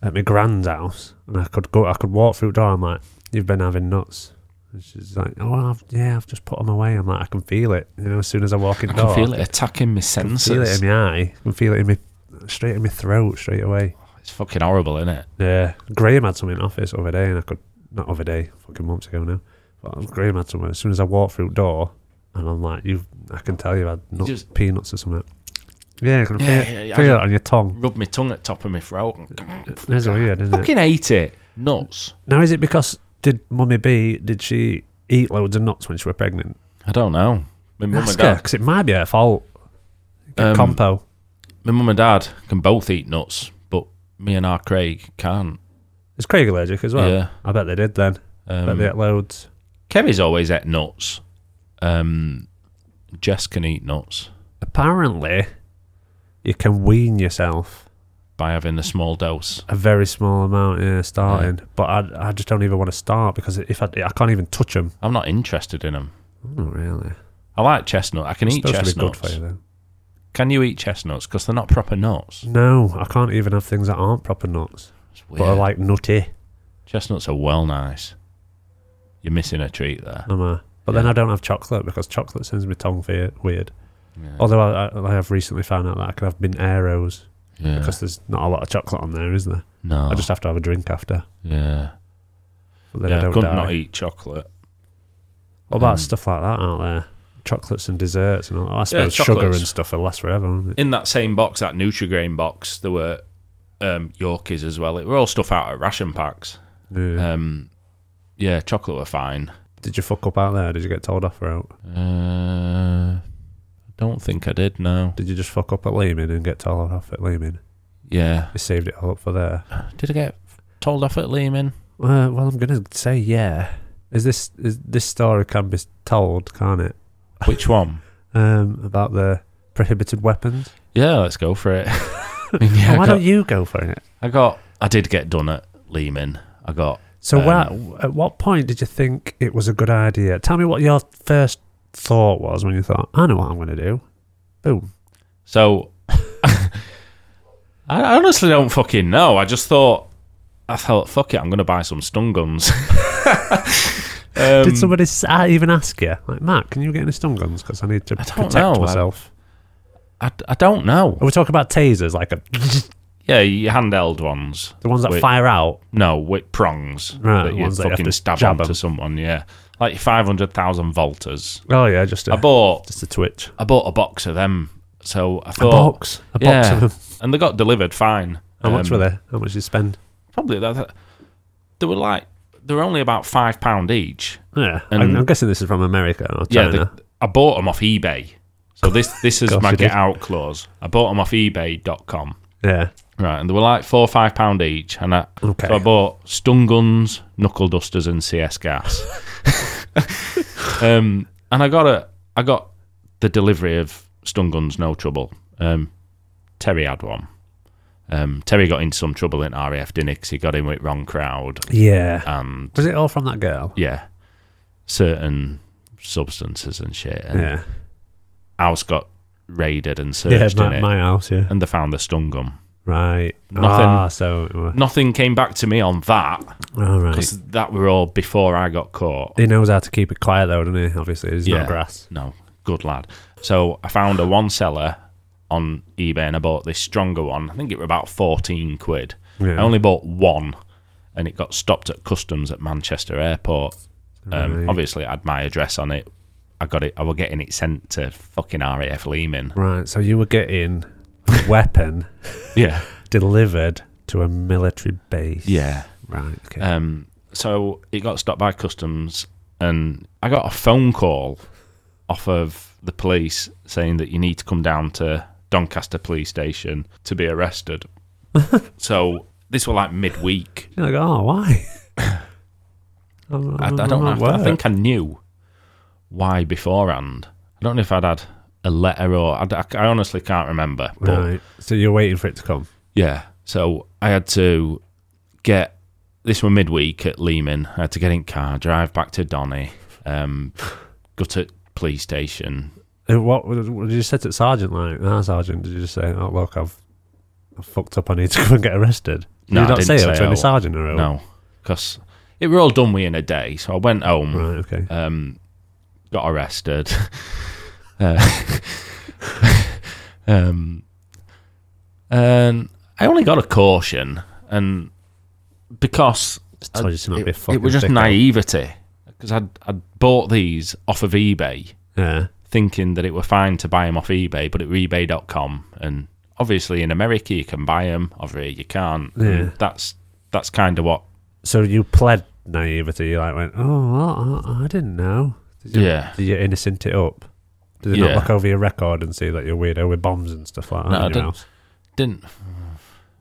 S3: at my grand's house, and I could go, I could walk through the door. I'm like, you've been having nuts. And she's like, oh, I've, yeah, I've just put them away. I'm like, I can feel it. You know, as soon as I walk in
S2: I
S3: the
S2: can
S3: door,
S2: feel it attacking
S3: I
S2: my
S3: can feel it
S2: senses.
S3: in my eye. I can feel it in my straight in my throat straight away.
S2: It's fucking horrible, isn't it?
S3: Yeah, Graham had some in office the other day, and I could not other day, fucking months ago now. But Graham had some. and As soon as I walked through the door, and I'm like, you, I can tell you had nuts,
S2: Just-
S3: peanuts or something. Yeah, I can feel,
S2: Yeah,
S3: it-
S2: yeah, yeah, I
S3: feel
S2: can-
S3: it on your tongue.
S2: Rub my tongue at top of my throat.
S3: It's weird, isn't it?
S2: Fucking ate it. Nuts.
S3: Now, is it because did Mummy B did she eat loads of nuts when she was pregnant?
S2: I don't know. My mum and
S3: Ask her
S2: dad.
S3: because it might be her fault. Get
S2: Um,
S3: compo.
S2: My mum and dad can both eat nuts, but me and our Craig can't.
S3: Is Craig allergic as well?
S2: yeah.
S3: I bet they did then. I bet
S2: Um,
S3: they ate loads.
S2: Kerry's always ate nuts. Um, Jess can eat nuts.
S3: Apparently, you can wean yourself
S2: by having a small dose.
S3: a very small amount yeah, starting, but I, I just don't even want to start because if I, I can't even touch them.
S2: I'm not interested in them.
S3: Not really.
S2: I like chestnut. I can eat
S3: supposed to be good
S2: chestnuts.
S3: for you then.
S2: Can you eat chestnuts? Because they're not proper nuts.
S3: No, I can't even have things that aren't proper nuts,
S2: It's
S3: but are
S2: weird.
S3: like nutty.
S2: chestnuts are well nice. You're missing a treat there.
S3: Am I? But then
S2: Yeah.
S3: I don't have chocolate because chocolate sends my tongue fe- weird.
S2: Yeah.
S3: Although I, I, I have recently found out that I can have mint arrows
S2: Yeah. Oh.
S3: because there's not a lot of chocolate on there, is there?
S2: no.
S3: I just have to have a drink after.
S2: yeah.
S3: But then
S2: yeah.
S3: I
S2: I
S3: don't
S2: couldn't
S3: die.
S2: not eat chocolate.
S3: What about
S2: um,
S3: stuff like that out there? Chocolates and desserts and all. I suppose sugar
S2: chocolates.
S3: and stuff will last forever, won't it?
S2: In that same box, that Nutrigrain box, there were um, Yorkies as well. It were all stuff out of ration packs.
S3: Yeah.
S2: Um, yeah, chocolate were fine.
S3: Did you fuck up out there? Did you get told off for out?
S2: Uh, I don't think I did. No.
S3: Did you just fuck up at Lehman and get told off at Lehman?
S2: Yeah.
S3: You saved it all up for there.
S2: Did I get told off at Lehman?
S3: Uh, well, I'm gonna say yeah. Is this is this story can be told, can't it?
S2: Which one?
S3: Um, about the prohibited weapons.
S2: yeah, let's go for it. I mean, yeah,
S3: Why
S2: I, got,
S3: don't you go for it?
S2: I got. I did get done at Lehman. I got.
S3: So,
S2: Um,
S3: wha- at what point did you think it was a good idea? Tell me what your first thought was when you thought, "I know what I'm gonna do." Boom.
S2: So I I honestly don't fucking know. I just thought I thought fuck it, I'm gonna buy some stun guns. um,
S3: did somebody s- I even ask you, like, Matt, can you get any stun guns? Because I need to
S2: I don't
S3: protect
S2: know. I-
S3: myself.
S2: I, I don't know.
S3: Are we talking about tasers, like a,
S2: Yeah, your handheld ones.
S3: the ones that
S2: Wait.
S3: fire out?
S2: No, with prongs
S3: Right,
S2: that
S3: the
S2: you
S3: ones that you have
S2: fucking
S3: to
S2: stab
S3: jab
S2: onto
S3: 'em.
S2: someone. Yeah, like five hundred thousand volters.
S3: Oh yeah, just a,
S2: I bought
S3: just a twitch.
S2: I bought a box of them. So I
S3: A
S2: thought
S3: box, a box
S2: yeah,
S3: of them.
S2: and they got delivered fine.
S3: How much
S2: Um,
S3: were they? How much did you spend?
S2: Probably that. that- They were like they were only about five pound each.
S3: Yeah,
S2: and-
S3: I'm, I'm guessing this is from America or
S2: Yeah,
S3: China.
S2: the, I bought them off eBay. So this this is
S3: Of course
S2: my
S3: you
S2: get
S3: did.
S2: out clause. I bought them off eBay.com.
S3: yeah.
S2: Right, and they were like four or five pound each, and I
S3: Okay.
S2: so I bought stun guns, knuckle dusters, and CS gas. um, and I got a I got the delivery of stun guns, no trouble. Um, Terry had one. Um, Terry got into some trouble in RAF, didn't he? 'Cause he got in with wrong crowd,
S3: yeah.
S2: and
S3: was it all from that girl?
S2: yeah, certain substances and shit. And
S3: Yeah.
S2: house got raided and
S3: Yeah,
S2: searched in
S3: my,
S2: it,
S3: my house. Yeah.
S2: and they found the stun gun.
S3: Right.
S2: Nothing.
S3: Ah, so. it were-
S2: Nothing came back to me on that
S3: All right.
S2: because that were all before I got caught.
S3: He knows how to keep it quiet though, doesn't he? Obviously, he's
S2: Yeah.
S3: not brass.
S2: No, good lad. So I found a one seller on eBay and I bought this stronger one. I think it were about fourteen quid.
S3: Yeah.
S2: I only bought one, and it got stopped at customs at Manchester Airport. Um,
S3: Right.
S2: Obviously, it had my address on it. I got it. I was getting it sent to fucking RAF Lehman.
S3: Right. So you were getting a weapon
S2: Yeah,
S3: delivered to a military base.
S2: yeah.
S3: Right. Okay.
S2: Um, so it got stopped by customs, and I got a phone call off of the police saying that you need to come down to Doncaster police station to be arrested. so this was like midweek.
S3: You're like, oh, why? I'm-
S2: I, I
S3: I'm- I'm
S2: don't
S3: at
S2: know. I,
S3: work.
S2: think I knew why beforehand. I don't know if I'd had a letter or I, I- I honestly can't remember. But
S3: Right. So you're waiting for it to come.
S2: Yeah. So I had to get this were midweek at Lehman. I had to get in car, drive back to Donny, um, go to police station.
S3: Uh, What, was- what did you say to sergeant? Like, ah, sergeant, did you just say, oh look, I've, I've fucked up. I need to go and get arrested. Did
S2: No,
S3: you
S2: I
S3: not
S2: didn't
S3: say it
S2: say
S3: to any
S2: out.
S3: sergeant or
S2: No, because it were all done with in a day. So I went home,
S3: Right. Okay.
S2: um, got arrested. uh, um, and I only got a caution, and because
S3: Just told you to not
S2: it,
S3: be a fucking
S2: it was just
S3: dickhead.
S2: naivety because I'd, I'd bought these off of eBay
S3: Yeah.
S2: thinking that it were fine to buy them off eBay, but at eBay.com and obviously in America you can buy them, over here you can't.
S3: Yeah.
S2: That's that's kind of what.
S3: So you pled naivety. You like went, oh, well, I, I didn't know. Did you,
S2: Yeah.
S3: Did you innocent it up? Did they
S2: Yeah.
S3: not look over your record and see that you're a weirdo with bombs and stuff like that?
S2: No, I
S3: in your
S2: didn't.
S3: house?
S2: Didn't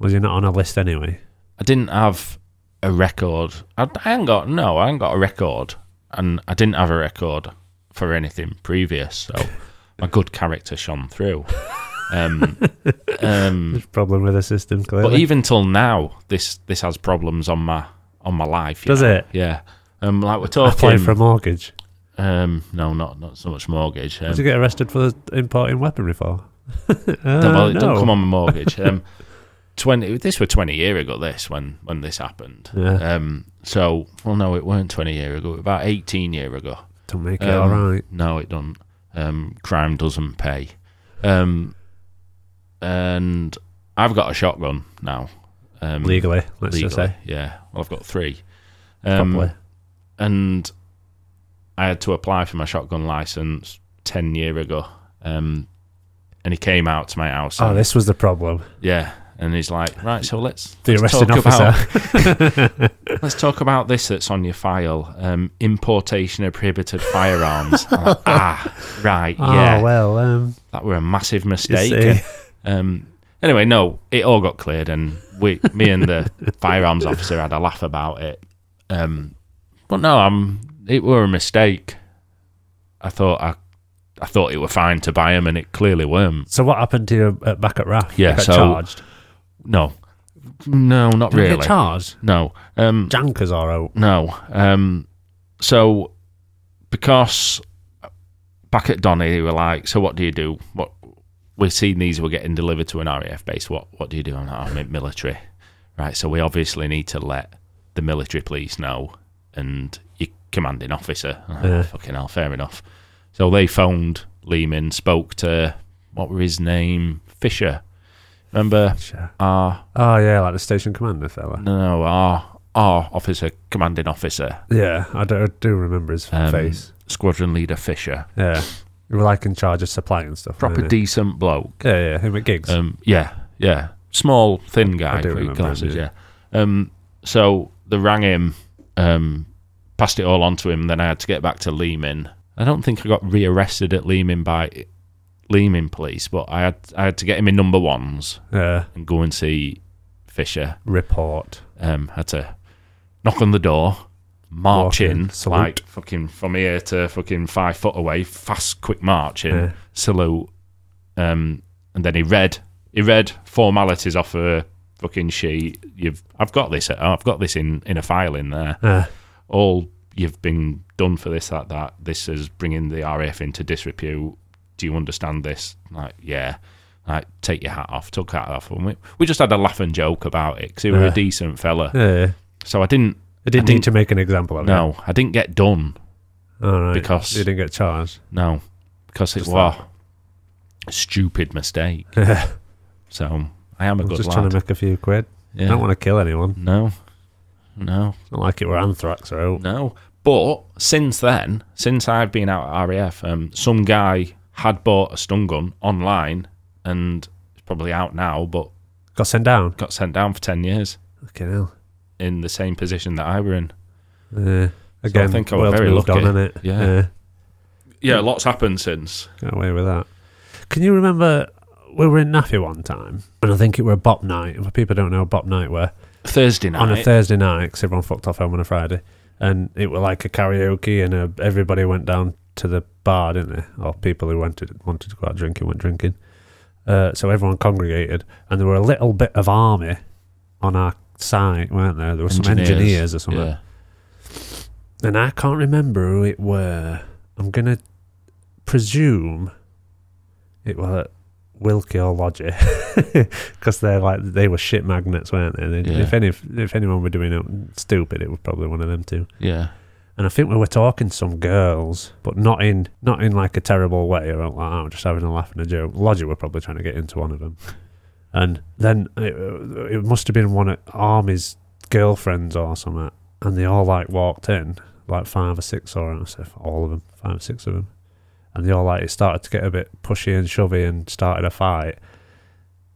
S3: Was you not on a list anyway?
S2: I didn't have a record. I, I ain't got no. I ain't got a record, and I didn't have a record for anything previous. So my good character shone through. Um, um,
S3: There's a problem with the system, clearly.
S2: but even till now, this this has problems on my on my life. you
S3: Does
S2: know?
S3: it?
S2: Yeah. Um, like we're
S3: Apply
S2: talking.
S3: for a mortgage.
S2: um, no, not not so much mortgage. Um,
S3: Did you get arrested for importing weaponry for? uh,
S2: well, it
S3: no.
S2: don't come on my mortgage. Um, twenty. This were twenty year ago. This when when this happened.
S3: Yeah,
S2: Um, so well, no, it weren't twenty year ago. It was about eighteen year ago.
S3: don't make it
S2: um,
S3: all right.
S2: No, it doesn't. Um, crime doesn't pay. Um, and I've got a shotgun now. Um,
S3: Legally, let's just
S2: legally,
S3: say.
S2: yeah. Well, I've got three. Um,
S3: Properly.
S2: and I had to apply for my shotgun license ten year ago. Um, and he came out to my house.
S3: oh,
S2: and-
S3: this was the problem.
S2: yeah, and he's like, right, so let's
S3: The
S2: let's
S3: arresting
S2: talk
S3: officer.
S2: About, let's talk about this that's on your file: um, importation of prohibited firearms. I'm like, ah, right,
S3: Oh,
S2: yeah,
S3: well, um,
S2: that were a massive
S3: you
S2: mistake.
S3: see.
S2: Um, anyway, no, it all got cleared, and we, me and the firearms officer had a laugh about it. Um, but no, i It were a mistake. I thought I, I thought it were fine to buy them, and it clearly weren't.
S3: So what happened to you at, back at RAF?
S2: Yeah,
S3: you got
S2: so-
S3: charged.
S2: No, no, not
S3: Did you
S2: really.
S3: get charged?
S2: no, um,
S3: Jankers are out.
S2: no. Um, so because back at Donny, they were like, "So what do you do? What we're seeing these were getting delivered to an RAF base. What what do you do?" I'm like, "I'm in military, right? So we obviously need to let the military police know and your commanding officer. I'm like,
S3: Yeah.
S2: Fucking hell, fair enough. So they phoned Lehman, spoke to what were his name, Fisher. Remember
S3: Sure.
S2: our
S3: Oh yeah, like the station commander fella.
S2: no, no, our our officer, commanding officer,
S3: Yeah, I do, I do remember his
S2: um,
S3: face.
S2: squadron leader Fisher,
S3: Yeah, you were like in charge of supply and stuff.
S2: proper
S3: weren't you?
S2: decent bloke.
S3: Yeah, yeah, him at gigs.
S2: Um, yeah, yeah, small, thin guy,
S3: I do
S2: with
S3: remember
S2: glasses,
S3: him,
S2: yeah. Um, so they rang him, um, passed it all on to him. Then I had to get back to Lehman. I don't think I got rearrested at Lehman by Lehman police, but I had I had to get him in number ones
S3: yeah,
S2: and go and see Fisher.
S3: report.
S2: um, had to knock on the door, march
S3: Walk in,
S2: in,
S3: salute.
S2: like fucking from here to fucking five foot away, fast, quick march in,
S3: Yeah.
S2: salute, um, and then he read he read formalities off a fucking sheet. You've I've got this. uh, I've got this in in a file in there.
S3: Yeah.
S2: All you've been done for this that that. This is bringing the RF into disrepute. Do you understand this? Like yeah. Like, take your hat off, took hat off. And we, we just had a laugh and joke about it because he was
S3: Yeah.
S2: a decent fella.
S3: Yeah, yeah.
S2: So I didn't.
S3: I didn't
S2: didn't-
S3: need to make an example of
S2: No, I didn't get done.
S3: Oh, it. All right.
S2: Because-
S3: you didn't get charged.
S2: No, because it
S3: Just
S2: was a stupid mistake.
S3: Yeah.
S2: So I am a
S3: I'm
S2: good
S3: just
S2: lad.
S3: trying to make a few quid.
S2: Yeah.
S3: I don't want to kill anyone.
S2: No, no,
S3: It's not like it were anthrax or out.
S2: no. But since then, since I've been out at RAF, um, some guy had bought a stun gun online, and it's probably out now, but
S3: Got sent down.
S2: got sent down for ten years
S3: Fucking hell.
S2: in the same position that I were in.
S3: Yeah. Again,
S2: think I was
S3: world's
S2: very
S3: moved
S2: lucky.
S3: on, innit?
S2: Yeah. Yeah, lots happened since.
S3: Got away with that. Can you remember we were in Naffy one time, and I think it were a bop night. If people don't know what bop night were
S2: Thursday night.
S3: on a Thursday night because everyone fucked off home on a Friday, and it were like a karaoke, and uh everybody went down to the bar, didn't they? Or people who wanted wanted to go out drinking went drinking. Uh, so everyone congregated, and there were a little bit of army on our side, weren't there? There were some
S2: Engineers,
S3: engineers or something
S2: yeah.
S3: and I can't remember who it were. I'm gonna presume it was Wilkie or Lodgy because they're like they were shit magnets, weren't they? They-
S2: Yeah.
S3: If any if anyone were doing it stupid, it was probably one of them two.
S2: yeah.
S3: And I think we were talking to some girls, but not in not in like a terrible way or anything like that. We're just having a laugh and a joke. Lodgy were probably trying to get into one of them, and then it, it must have been one of Army's girlfriends or something. And they all like walked in, like five or six, or I said all of them, five or six of them, and they all like it started to get a bit pushy and shovey and started a fight.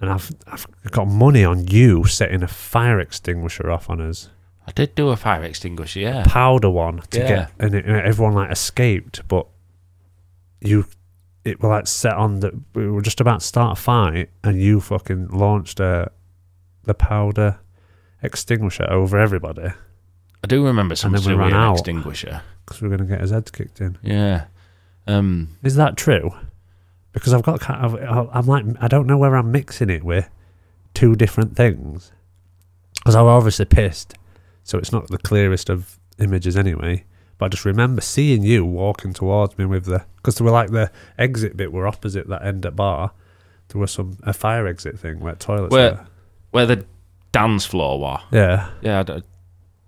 S3: And I've I've got money on you setting a fire extinguisher off on us
S2: I did do a fire extinguisher, yeah.
S3: powder one to
S2: Yeah.
S3: get, and, it, and everyone like escaped, but you, it were like set on that we were just about to start a fight, and you fucking launched a, the powder extinguisher over everybody
S2: I do remember some
S3: then we
S2: silly
S3: ran out.
S2: extinguisher.
S3: because we are gonna get his heads kicked in.
S2: Yeah. Um,
S3: Is that true? because I've got kind of, I'm like I don't know where I'm mixing it with two different things because I'm obviously pissed, so it's not the clearest of images anyway. But I just remember seeing you walking towards me with the because they were like the exit bit were opposite that end at bar. There was some a fire exit thing where toilets.
S2: Where-
S3: were.
S2: where the dance floor was.
S3: Yeah,
S2: Yeah, I, d-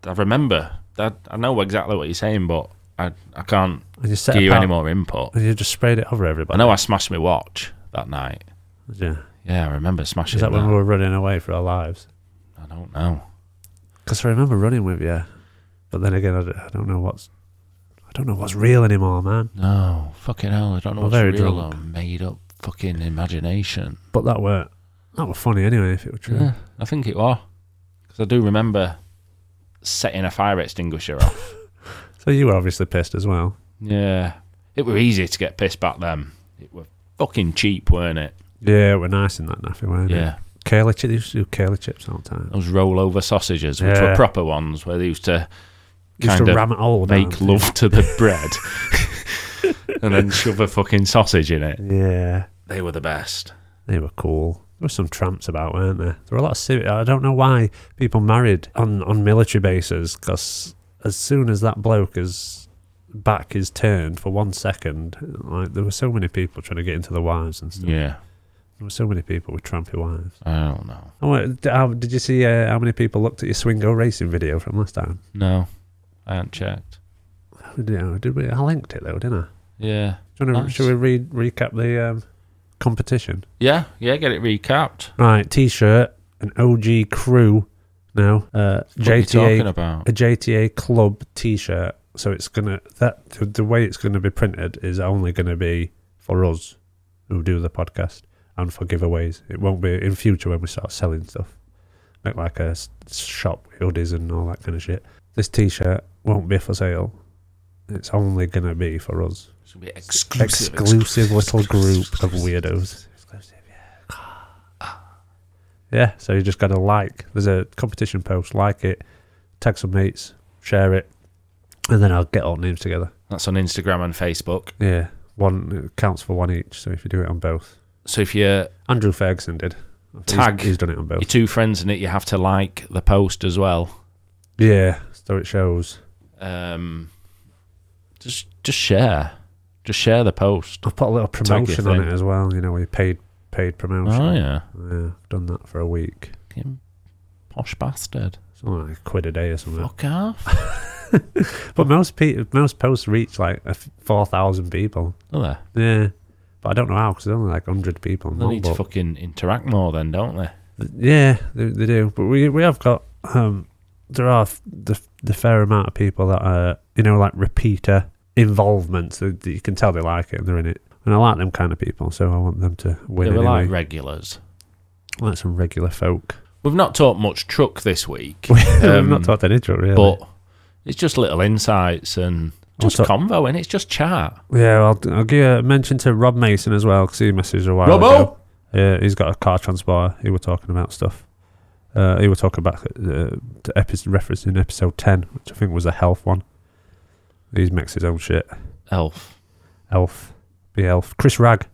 S2: I remember. I, I know exactly what you're saying, but I, I can't
S3: and you set
S2: give you
S3: about-
S2: any more input.
S3: and you just sprayed it over
S2: I
S3: everybody.
S2: know I smashed my watch that night.
S3: Yeah,
S2: Yeah, I remember smashing
S3: is that
S2: that.
S3: when we were running away for our lives?
S2: I don't know.
S3: Because I remember running with you, but then again, I, d- I don't know what's I don't know what's real anymore, man.
S2: No, fucking hell. I don't know
S3: Well,
S2: what's
S3: very
S2: real
S3: drunk.
S2: or made up fucking imagination.
S3: But that were that were funny anyway, if it were true.
S2: Yeah, I think it was. Because I do remember setting a fire extinguisher off.
S3: So you were obviously pissed as well.
S2: yeah. It were easy to get pissed back then. It were fucking cheap, weren't it?
S3: Yeah, we're nice in that naffy way.
S2: Yeah.
S3: curly chips. They used to do curly chips all the time.
S2: Those rollover sausages, which
S3: Yeah.
S2: were proper ones, where they used to
S3: Used to
S2: Kinda
S3: ram it all down.
S2: make love to the bread and then shove a fucking sausage in it.
S3: Yeah,
S2: They were the best.
S3: they were cool. There were some tramps about, weren't there? There were a lot of. civ- I don't know why people married on on military bases because as soon as that bloke is back is turned for one second, like there were so many people trying to get into the wives and stuff.
S2: Yeah.
S3: There were so many people with trampy wives.
S2: I don't know.
S3: Oh, uh, d- how- did you see uh, how many people looked at your Swingo racing video from last time?
S2: No, I haven't checked.
S3: How Did, you know, did we? I linked it though, didn't I?
S2: Yeah.
S3: Do you wanna,
S2: Nice.
S3: Should we re- recap the um, competition?
S2: Yeah, yeah, get it recapped.
S3: Right, T-shirt, an OG crew now, uh,
S2: What are you talking
S3: JTA,
S2: about?
S3: a JTA club T-shirt. So it's gonna that the, the way it's gonna be printed is only gonna be for us who do the podcast and for giveaways. It won't be in future when we start selling stuff, make like a s- shop with hoodies and all that kind of shit. This T-shirt won't be for sale. It's only gonna be for us
S2: It's gonna be exclusive.
S3: exclusive little group of weirdos. Yeah, so you just got to like. There's a competition post. Like it, tag some mates, share it, and then I'll get all names together.
S2: That's on Instagram and Facebook.
S3: Yeah, one it counts for one each. So if you do it on both,
S2: So if you're
S3: Andrew Ferguson did. He's-
S2: Tag.
S3: He's, done it on
S2: your
S3: both.
S2: two friends in it, you have to like the post as well.
S3: Yeah, so it shows.
S2: Um, just just share, just share the post.
S3: I've put a little
S2: your
S3: promotion on
S2: thing.
S3: it as well. You know, we paid paid promotion.
S2: Oh yeah,
S3: yeah, I've done that for a week.
S2: Fucking posh bastard.
S3: Something like a quid a day or something.
S2: Fuck off.
S3: But most pe- most posts reach like a f- four thousand people.
S2: Don't they?
S3: Yeah, but I don't know how because there's only like hundred people.
S2: They
S3: not,
S2: need to
S3: but-
S2: fucking interact more then, don't they?
S3: th- yeah, they, they do. But we we have got um, there are f- the the fair amount of people that are you know like repeater involvements that, that you can tell they like it and they're in it. And I like them kind of people, so I want them to win.
S2: They were
S3: anyway.
S2: like regulars.
S3: I like some regular folk.
S2: We've not talked much truck this week,
S3: We've
S2: Um,
S3: not talked any joke really.
S2: but it's just little insights and just
S3: talk-
S2: convo, and it's just chat.
S3: Yeah, I'll, I'll give a mention to Rob Mason as well because he messaged a while
S2: Robbo!
S3: ago. Yeah, he's got a car transporter. He were talking about stuff. Uh, he were talking about uh, the episode referencing episode ten, which I think was a health one. He makes his own shit.
S2: Elf,
S3: Elf, be elf. Chris Rag,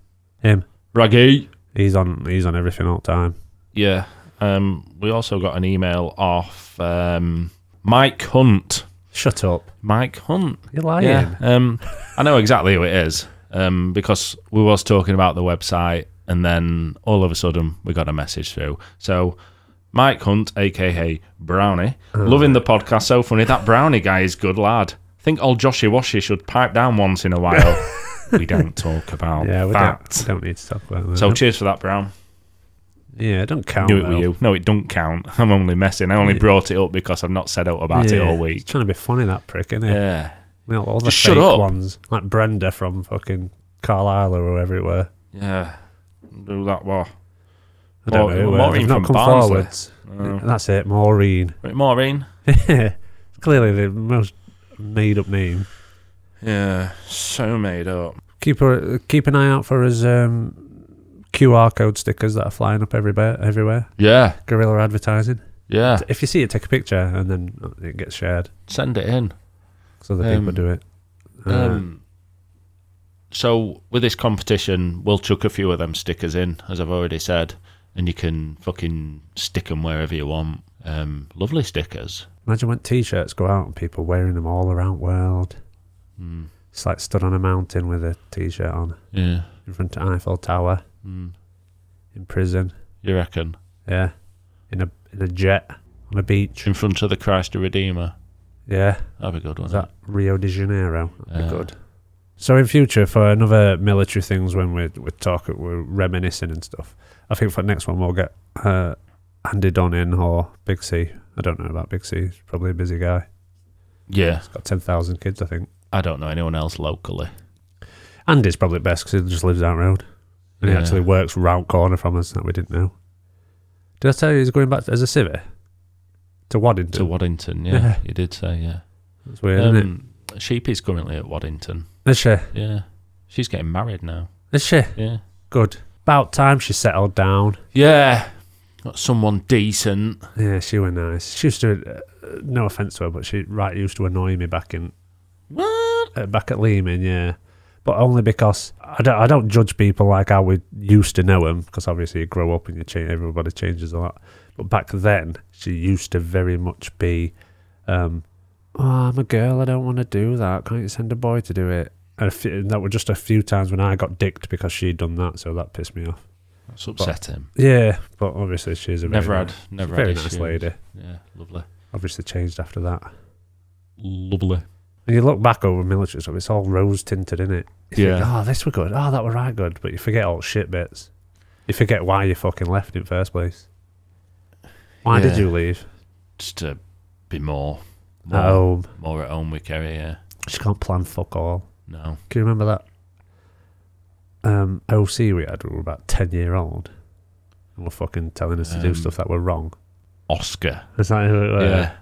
S3: him.
S2: Raggy.
S3: He's on. He's on everything all the time.
S2: Yeah. Um, we also got an email off um, Mike Hunt.
S3: Shut up.
S2: Mike Hunt.
S3: You're lying.
S2: Yeah. Um, I know exactly who it is um, because we was talking about the website and then all of a sudden we got a message through. So Mike Hunt, aka Brownie,
S3: Oh.
S2: loving the podcast. So funny that Brownie guy is good lad. Think old Joshy Washy should pipe down once in a while. we don't talk about
S3: Yeah, we don't,
S2: that.
S3: we don't need to talk about that.
S2: Oh, So cheers for that, Brown.
S3: yeah, don't count.
S2: Knew it
S3: though.
S2: were you. No, it don't count. I'm only messing. I only brought it up because I've not said out about it
S3: Yeah,
S2: all
S3: He's
S2: week.
S3: trying to be funny, that prick, isn't he?
S2: Yeah.
S3: You know, all the
S2: Just
S3: fake
S2: shut up.
S3: ones, like Brenda from fucking Carlisle or whoever it were.
S2: Yeah. Do that well.
S3: I don't
S2: Or-
S3: know. who were.
S2: Maureen
S3: They've not come
S2: from Barnsley.
S3: forwards. That's it, Maureen.
S2: Right, Maureen.
S3: Clearly the most made-up name.
S2: Yeah, so made up.
S3: Keep her, keep an eye out for his um, QR code stickers that are flying up everywhere. Everywhere,
S2: Yeah,
S3: guerrilla advertising.
S2: yeah.
S3: If you see it, take a picture and then it gets shared
S2: Send it in.
S3: so other
S2: Um,
S3: people do it. Uh,
S2: Um, So with this competition, we'll chuck a few of them stickers in, as I've already said, and you can fucking stick them wherever you want. Um, lovely stickers.
S3: Imagine when t-shirts go out and people wearing them all around the world.
S2: Mm,
S3: It's like stood on a mountain with a t-shirt on
S2: yeah.
S3: in front of Eiffel Tower
S2: Mm,
S3: in prison.
S2: you reckon?
S3: Yeah, in a in a jet on a beach.
S2: In front of the Christ the Redeemer.
S3: Yeah,
S2: That'd be good,
S3: was
S2: wouldn't
S3: that Rio de Janeiro? That'd
S2: Uh,
S3: be good. So in future for another military things when we're we're talking we're reminiscing and stuff. I think for the next one we'll get uh, Andy Donnan or Big C. I don't know about Big C. He's probably a busy guy.
S2: it? Yeah.
S3: He's got ten thousand kids, I think.
S2: I don't know anyone else locally.
S3: Andy's probably best because he just lives down the road and
S2: Yeah.
S3: he actually works round corner from us that we didn't know. Did I tell you he's going back as a civic to Waddington?
S2: To Waddington, yeah.
S3: Yeah.
S2: You did say, yeah.
S3: That's weird, isn't it?
S2: Um, Sheep is currently at Waddington.
S3: Is she?
S2: Yeah. She's getting married now.
S3: Is she?
S2: Yeah.
S3: Good. About time she settled down.
S2: Yeah. Got someone decent.
S3: Yeah, she was nice. She used to, uh, no offense to her, but she right used to annoy me back in
S2: What?
S3: uh, back at Lehman, yeah. But only because I don't, I don't judge people like how we used to know them, because obviously you grow up and you change, everybody changes a lot. But back then, she used to very much be, um, oh, I'm a girl, I don't want to do that. Can't you send a boy to do it? And, a few, and that were just a few times when I got dicked because she'd done that, so that pissed me off.
S2: That's upsetting.
S3: Yeah, but obviously she's a very
S2: Never had,
S3: nice-
S2: never
S3: very
S2: had
S3: nice
S2: issues.
S3: lady.
S2: Yeah, lovely,
S3: Obviously changed after that.
S2: lovely.
S3: When you look back over military stuff, it's all rose tinted, isn't it? You
S2: Yeah.
S3: Think, oh, this were good. Oh, that were right good. But you forget all the shit bits. You forget why you fucking left in first place. Why did
S2: Yeah.
S3: you leave?
S2: Just to be more, more,
S3: At home.
S2: more at home with Kerry. Yeah,
S3: She can't plan fuck all.
S2: no.
S3: Can you remember that um, OC we had? when We were about 10 year old. And were fucking telling us to do
S2: Um,
S3: stuff that were wrong.
S2: Oscar.
S3: Is that who it were?
S2: yeah.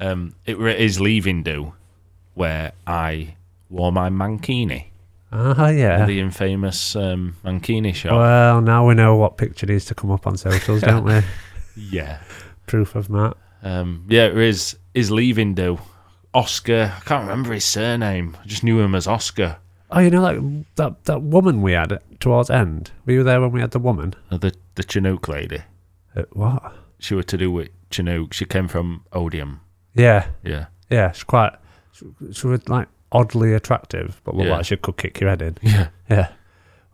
S2: Um, it were at his leaving do, where I wore my mankini,
S3: Ah, yeah.
S2: the infamous um, mankini shop.
S3: Well, now we know what picture needs to come up on socials, don't we?
S2: yeah.
S3: Proof of that.
S2: Um, yeah, it is his leaving do. Oscar. I can't remember his surname. I just knew him as Oscar.
S3: Oh, you know that that that woman we had towards end. Were you there when we had the woman?
S2: Uh, The the Chinook lady.
S3: Uh, what?
S2: She were to do with Chinook. She came from Odium.
S3: Yeah,
S2: Yeah.
S3: yeah. She's quite. She, she was like oddly attractive, but looked
S2: Yeah.
S3: like she could kick your head in.
S2: Yeah.
S3: Yeah.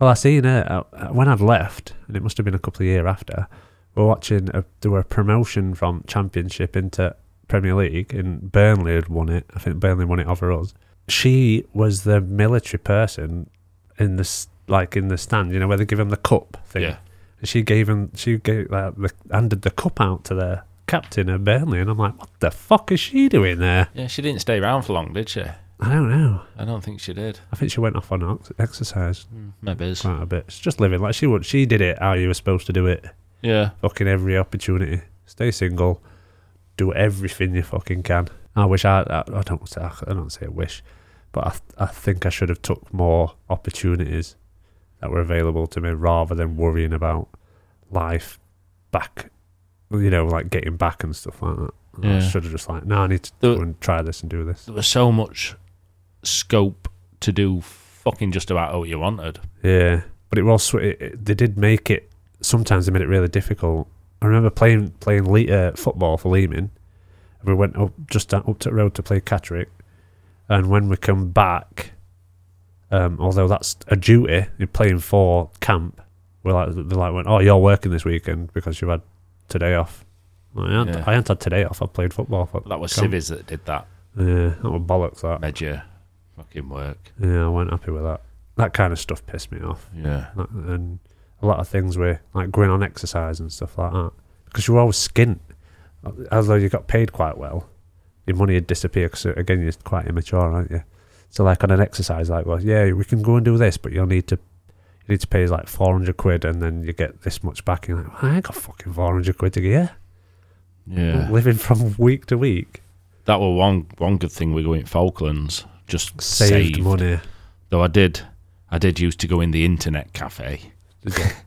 S3: Well, I seen her uh, when I'd left, and it must have been a couple of year after. We're watching a, there were a promotion from Championship into Premier League, and Burnley had won it. I think Burnley won it over us. She was the military person in the s- like in the stand, you know, where they give him the cup thing.
S2: Yeah.
S3: She gave him, she gave like, the, handed the cup out to the captain of Burnley, and I'm like, what the fuck is she doing there?
S2: Yeah, she didn't stay around for long, did she?
S3: I don't know.
S2: I don't think she did.
S3: I think she went off on ox- exercise
S2: Maybe. it's-
S3: quite a bit. It's just living like she would. She did it how you were supposed to do it.
S2: Yeah.
S3: Fucking every opportunity. Stay single. Do everything you fucking can. I wish I. I, I don't. Say, I don't say I wish, but I. th- I think I should have took more opportunities that were available to me rather than worrying about life back. You know, like getting back and stuff like that.
S2: Yeah.
S3: I should have just like, no, I need to
S2: The-
S3: go and try this and do this.
S2: There was so much scope to do fucking just about what you wanted.
S3: Yeah, but it was. sw- It, it, they did make it. Sometimes they made it really difficult. I remember playing playing le- uh, football for Lehman. We went up just down, up to the road to play Catterick, and when we come back, um, although that's a duty, you're playing for camp. We're like they like went, oh, you're working this weekend because you had today off. I'm like, I hadn't,
S2: Yeah.
S3: I hadn't had today off. I played football for
S2: That was
S3: Come.
S2: Civis that did that.
S3: yeah, that was bollocks. That
S2: Major fucking work.
S3: yeah, I weren't happy with that. That kind of stuff pissed me off.
S2: Yeah.
S3: Like, and a lot of things were like going on exercise and stuff like that because you were always skint although you got paid quite well your money would disappear because again you're quite immature aren't you so like on an exercise like well yeah we can go and do this but you'll need to you need to pay us like 400 quid and then you get this much back and you're like I ain't got fucking 400 quid to get
S2: Yeah.
S3: living from week to week
S2: That were one one good thing we going Falklands. Just
S3: saved,
S2: saved.
S3: money
S2: Though I did I did used to go in the internet cafe.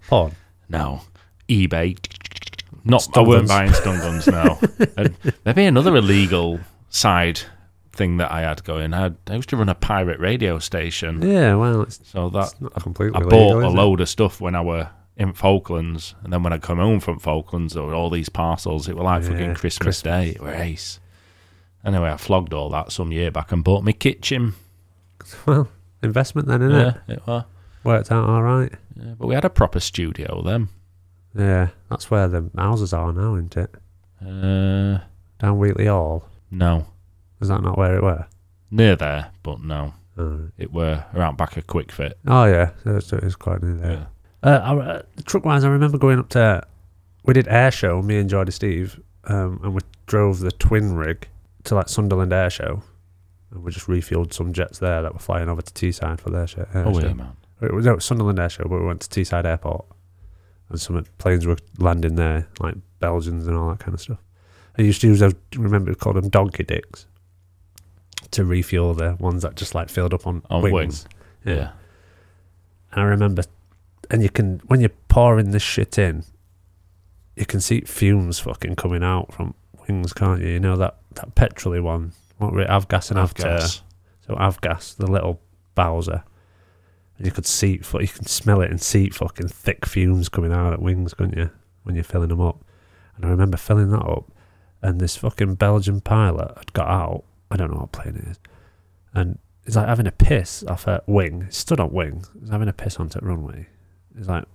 S3: Porn.
S2: Now eBay not I
S3: Stun
S2: weren't
S3: guns.
S2: buying stun guns now. And maybe another illegal side thing that I had going. I, had, I used to run a pirate radio station,
S3: Yeah, well, it's,
S2: so that
S3: it's not completely.
S2: I
S3: legal,
S2: bought a
S3: is it?
S2: load of stuff when I were in Falklands, and then when I come home from Falklands, there were all these parcels. It were like
S3: Yeah,
S2: fucking Christmas, Day. It were ace. Anyway, I flogged all that some year back and bought me kitchen.
S3: Well, investment then, innit?
S2: Yeah, it were.
S3: Worked out all right.
S2: Yeah, but we had a proper studio then.
S3: Yeah, that's where the houses are now, isn't it?
S2: Uh,
S3: Down Wheatley Hall.
S2: no,
S3: Is that not where it were?
S2: near there, but no,
S3: All right.
S2: it were around back a quick fit.
S3: Oh yeah, so it's, it's quite near there. Uh, I, uh, truck wise, I remember going up to. We did air show, me and Jordy Steve, um, and we drove the twin rig to like Sunderland Air Show, and we just refueled some jets there that were flying over to Teesside for their show. Air
S2: Oh,
S3: show.
S2: yeah, man.
S3: It was no, it was Sunderland Air Show, but we went to Teesside Airport, and some planes were landing there, like Belgians and all that kind of stuff. I used to use those. Remember, we called them donkey dicks to refuel the ones that just like filled up on,
S2: On
S3: wings.
S2: wings.
S3: yeah.
S2: Yeah.
S3: I remember, and you can when you're pouring this shit in, you can see fumes fucking coming out from wings, can't you? You know that that petroly one, what were it, Avgas and Avgas.
S2: Avgas.
S3: So Avgas, the little Bowser, and you could see, fu- you can smell it and see fucking thick fumes coming out at wings, couldn't you? When you're filling them up, and I remember filling that up, and this fucking Belgian pilot had got out. I don't know what plane it is, and he's like having a piss off a wing. He stood on wing. He's having a piss onto the runway. He's like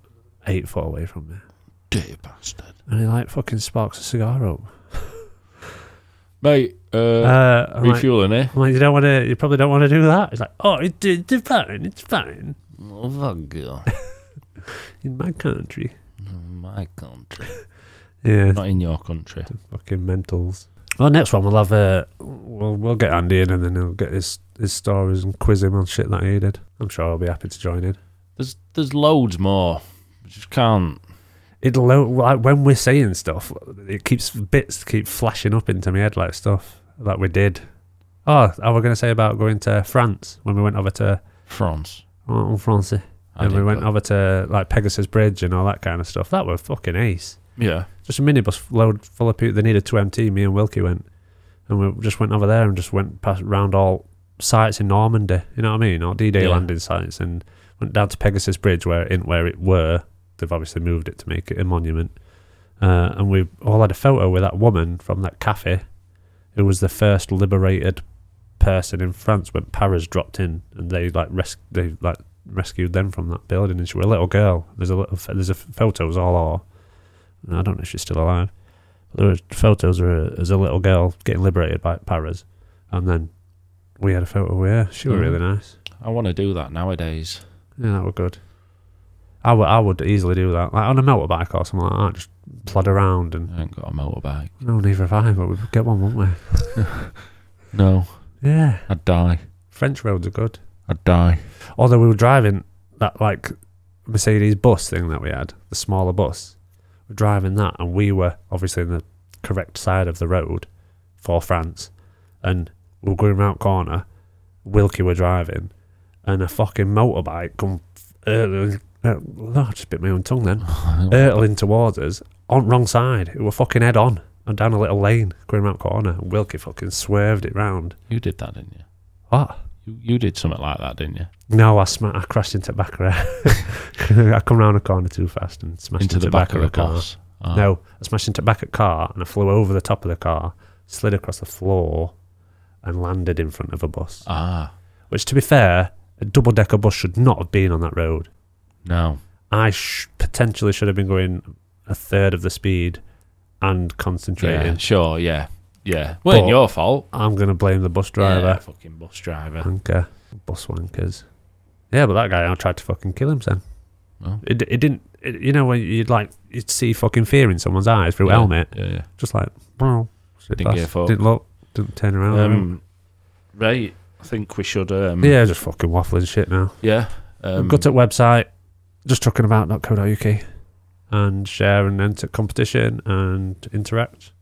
S3: eight foot away from me,
S2: Dirty bastard.
S3: and he like fucking sparks a cigar up.
S2: Mate, uh,
S3: Uh, I'm like,
S2: refueling, eh?
S3: I'm like, you don't want to. You probably don't want to do that. He's like, oh, it, it, it's fine. It's fine.
S2: Oh, fuck you.
S3: In my country.
S2: My country.
S3: Yeah,
S2: Not in your country.
S3: fucking mentals. Well, next one we'll have uh, we'll we'll get Andy in, and then he'll get his his stories and quiz him on shit that he did. I'm sure I'll be happy to join in.
S2: There's there's loads more. I just can't.
S3: It lo- like when we're saying stuff, it keeps bits keep flashing up into my head like stuff that we did. Oh, I was going to say about going to France when we went over to
S2: France.
S3: oh, en France,
S2: I
S3: and we
S2: did
S3: went
S2: go-
S3: over to like Pegasus Bridge and all that kind of stuff. That were fucking ace.
S2: Yeah.
S3: just a minibus load full of people. They needed two MT. Me and Wilkie went, and we just went over there and just went past round all sites in Normandy. You know what I mean? All D-Day
S2: Yeah.
S3: landing sites, and went down to Pegasus Bridge where in where it were. They've obviously moved it to make it a monument. Uh, and we all had a photo with that woman from that cafe, who was the first liberated person in France when Paris dropped in, and they like res- they like rescued them from that building. And she was a little girl. There's a little ph- there's a f- photos all over. And I don't know if she's still alive. But there were photos of her as a little girl getting liberated by Paris, and then we had a photo of her. She was
S2: Mhm.
S3: really nice.
S2: I want to do that nowadays.
S3: Yeah, that were good. I would I would easily do that, like on a motorbike or something like that. Just plod around and
S2: I ain't got a motorbike.
S3: no, neither have I. But we'd get one, wouldn't we?
S2: No,
S3: Yeah,
S2: I'd die.
S3: French roads are good.
S2: I'd die.
S3: Although we were driving that like Mercedes bus thing that we had, the smaller bus, we're driving that, and we were obviously in the correct side of the road for France, and we were going round corner. Wilkie were driving, and a fucking motorbike come. Uh, uh, oh, I just bit my own tongue then. Hurtling towards us on wrong side. It were fucking head on and down a little lane, going round corner. And Wilkie fucking swerved it round.
S2: You did that, didn't you?
S3: What?
S2: You, you did something like that, didn't you?
S3: No, I sma- I crashed into the back of her. I come round a corner too fast and smashed
S2: Into the back of
S3: the
S2: a
S3: car.
S2: bus. Oh.
S3: No, I smashed into the back of the car and I flew over the top of the car, slid across the floor, and landed in front of a bus.
S2: Ah,
S3: Which, to be fair, a double decker bus should not have been on that road.
S2: no.
S3: I sh- potentially should have been going a third of the speed and concentrating.
S2: Yeah, sure, yeah. Yeah. Well,
S3: But-
S2: your fault.
S3: I'm going to blame the bus driver.
S2: Yeah, fucking bus driver.
S3: Wanker. Bus wankers. Yeah, but that guy I tried to fucking kill him then.
S2: Well.
S3: It, it didn't, it, you know, when you'd like, you'd see fucking fear in someone's eyes through
S2: Yeah,
S3: helmet.
S2: Yeah, yeah.
S3: Just like, well, shit
S2: Didn't
S3: fast.
S2: give up.
S3: Didn't look, didn't turn around.
S2: Um, right. I think we should. Um,
S3: yeah, just fucking waffling shit now.
S2: Yeah. Um,
S3: Go to the website, just talkingabout.co.uk and share and enter competition and interact.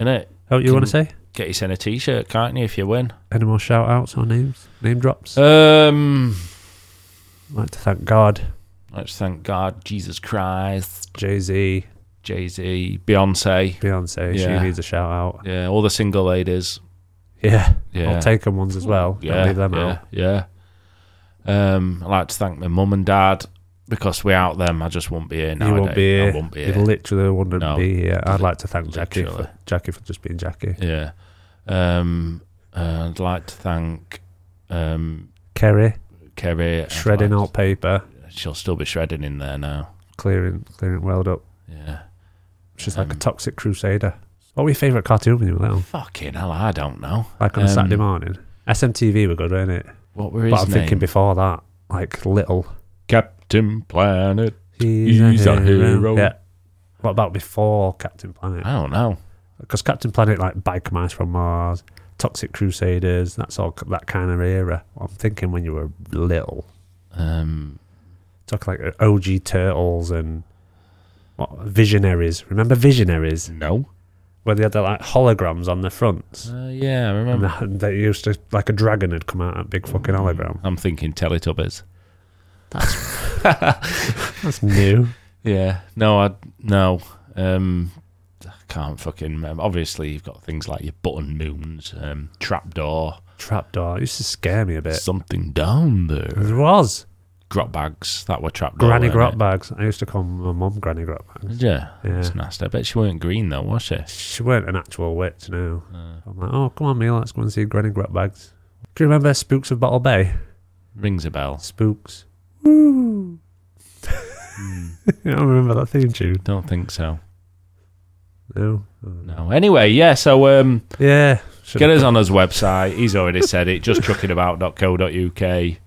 S2: innit?
S3: Oh, you want to
S2: Can-
S3: say?
S2: Get you sent a t shirt, can't you, if you win?
S3: Any more shout outs or names? Name drops?
S2: Um,
S3: I'd like to thank God,
S2: let's thank God, Jesus Christ,
S3: Jay Z,
S2: Jay Z, Beyonce,
S3: Beyonce.
S2: Yeah.
S3: She needs a shout out.
S2: yeah, all the single ladies.
S3: Yeah.
S2: Yeah.
S3: I'll take them ones as well.
S2: yeah,
S3: Don't leave them
S2: yeah,
S3: out.
S2: Yeah. Um, I'd like to thank my mum and dad because without them, I just wouldn't be here nowadays.
S3: you won't be here.
S2: I won't be
S3: You
S2: here.
S3: literally wouldn't
S2: No.
S3: be here. I'd like to thank Jackie
S2: Literally.
S3: for, Jackie for just being Jackie.
S2: yeah. Um, uh, I'd like to thank um,
S3: Kerry,
S2: Kerry. I'd
S3: shredding
S2: like
S3: out paper,
S2: to- She'll still be shredding in there now.
S3: clearing clearing weld up.
S2: Yeah.
S3: She's like
S2: Um,
S3: a toxic crusader. What were your favourite cartoon when you were little?
S2: Fucking hell, I don't know.
S3: Like on a
S2: Um,
S3: Saturday morning? SMTV were good, weren't it?
S2: What were his
S3: But I'm
S2: name?
S3: thinking before that, like little.
S2: Captain Planet.
S3: He's,
S2: He's a hero.
S3: Yeah. What about before Captain Planet?
S2: I don't know.
S3: Because Captain Planet, like Biker Mice from Mars, Toxic Crusaders, that's all that kind of era. I'm thinking when you were little,
S2: Um,
S3: talk like OG Turtles and what Visionaries. Remember Visionaries,
S2: no.
S3: where they had the like holograms on the fronts,
S2: Uh, yeah, I
S3: and
S2: remember.
S3: that-
S2: Mm.
S3: they used to like a dragon had come out, a big fucking hologram.
S2: I'm thinking Teletubbies.
S3: That's new.
S2: Yeah. No, I no. Um, I can't fucking remember. Obviously, you've got things like your button moons, um, trapdoor,
S3: Trapdoor it used to scare me a bit.
S2: something down there,
S3: There was
S2: grot bags that were trapdoor.
S3: granny
S2: weren't
S3: grot
S2: it?
S3: bags. I used to call my mum granny grot bags.
S2: Yeah,
S3: Yeah.
S2: it's nasty. I bet she weren't green though, was she?
S3: She weren't an actual witch, no.
S2: Uh,
S3: I'm like, oh, come on, Mia, let's go and see Granny Grub Bags. Do you remember Spooks of Bottle Bay?
S2: rings a bell.
S3: Spooks. Woo! I don't remember that theme tune.
S2: Don't think so.
S3: No.
S2: No. Anyway, yeah. So um,
S3: Yeah. Should
S2: get us on his website. He's already said it. Just chuckingabout.co.uk.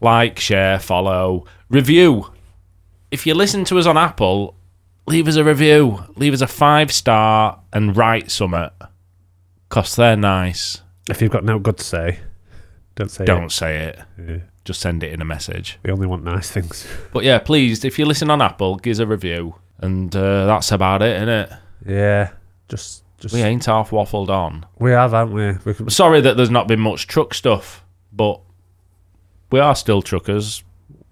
S2: Like, share, follow, review. If you listen to us on Apple, leave us a review. Leave us a five star and write summit. Cause they're nice.
S3: If you've got no good to say, don't say
S2: Don't say it.
S3: it. Yeah.
S2: Just send it in a message.
S3: We only want nice things.
S2: But yeah, please, if you listen on Apple, give us a review. And uh, that's about it, innit?
S3: Yeah. Just, just.
S2: We ain't half waffled on.
S3: we have, haven't we? we could,
S2: Sorry that there's not been much truck stuff, but we are still truckers.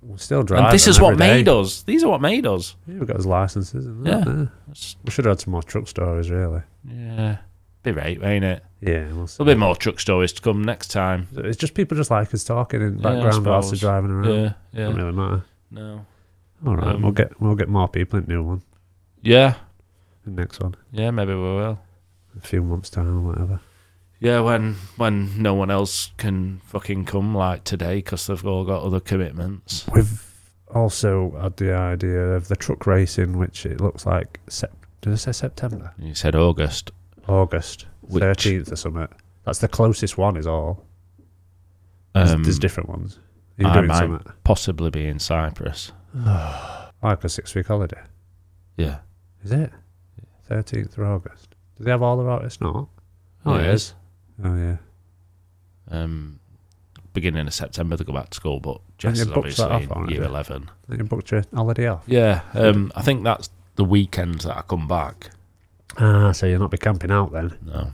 S3: we still drive.
S2: And this
S3: them
S2: is what
S3: every day.
S2: made us. These are what made us.
S3: Yeah, we've got his licenses. And
S2: Yeah.
S3: that, yeah. We should have had some more truck stories, really.
S2: Yeah. Be right, ain't it?
S3: Yeah. We'll see.
S2: There'll be more truck stories to come next time.
S3: It's just people just like us talking in
S2: Yeah, I
S3: background whilst they're
S2: suppose.
S3: driving around.
S2: Yeah,
S3: Don't
S2: yeah.
S3: really matter.
S2: No.
S3: All right,
S2: Um,
S3: we'll get we'll get more people in new one,
S2: Yeah,
S3: in next one,
S2: yeah, maybe we will.
S3: a few months time or whatever.
S2: Yeah, when when no one else can fucking come like today because they've all got other commitments.
S3: We've also had the idea of the truck racing, which it looks like sep- did I say September,
S2: You said August.
S3: August,
S2: Which-
S3: thirteenth or something. That's the closest one. Is all. There's,
S2: Um,
S3: there's different ones. Are you
S2: I
S3: doing
S2: might-
S3: something?
S2: possibly be in Cyprus.
S3: Like a six week holiday.
S2: Yeah.
S3: Is it? Thirteenth of August. Do they have all the artists? Not. Oh,
S2: Yeah,
S3: it is. Oh yeah.
S2: um, beginning of September to go back to school, but Jess
S3: you
S2: is
S3: booked
S2: obviously
S3: that off
S2: in
S3: already?
S2: year 11.
S3: Then you booked your holiday off.
S2: Yeah, um, I think that's the weekend that I come back.
S3: Ah, so you'll not be camping out then.
S2: No.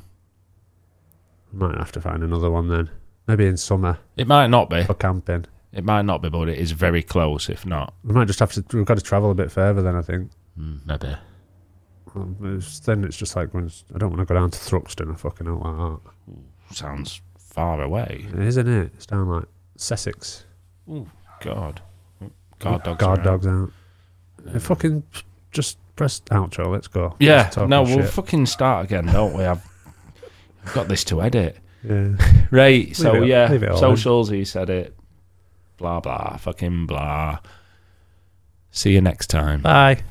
S3: Might have to find another one then. Maybe in summer
S2: It might not be.
S3: for camping.
S2: It might not be, but it is very close, if not.
S3: We might just have to. We've got to travel a bit further then. I think.
S2: Mm, Maybe.
S3: Um, it's- Then it's just like when it's- I don't want to go down to Thruxton or fucking out like
S2: Sounds far away.
S3: that, isn't it? It's down like Sussex.
S2: Oh, God. Guard dogs.
S3: Guard
S2: around.
S3: dogs out. Uh, fucking just press outro. Let's go.
S2: Yeah,
S3: Let's talk
S2: no,
S3: our
S2: we'll
S3: shit.
S2: fucking start again, don't we? I've I've got this to edit.
S3: yeah.
S2: Right, so
S3: it-
S2: yeah,
S3: leave it all in.
S2: socials, he said it. Blah, blah, fucking blah. See you next time.
S3: Bye.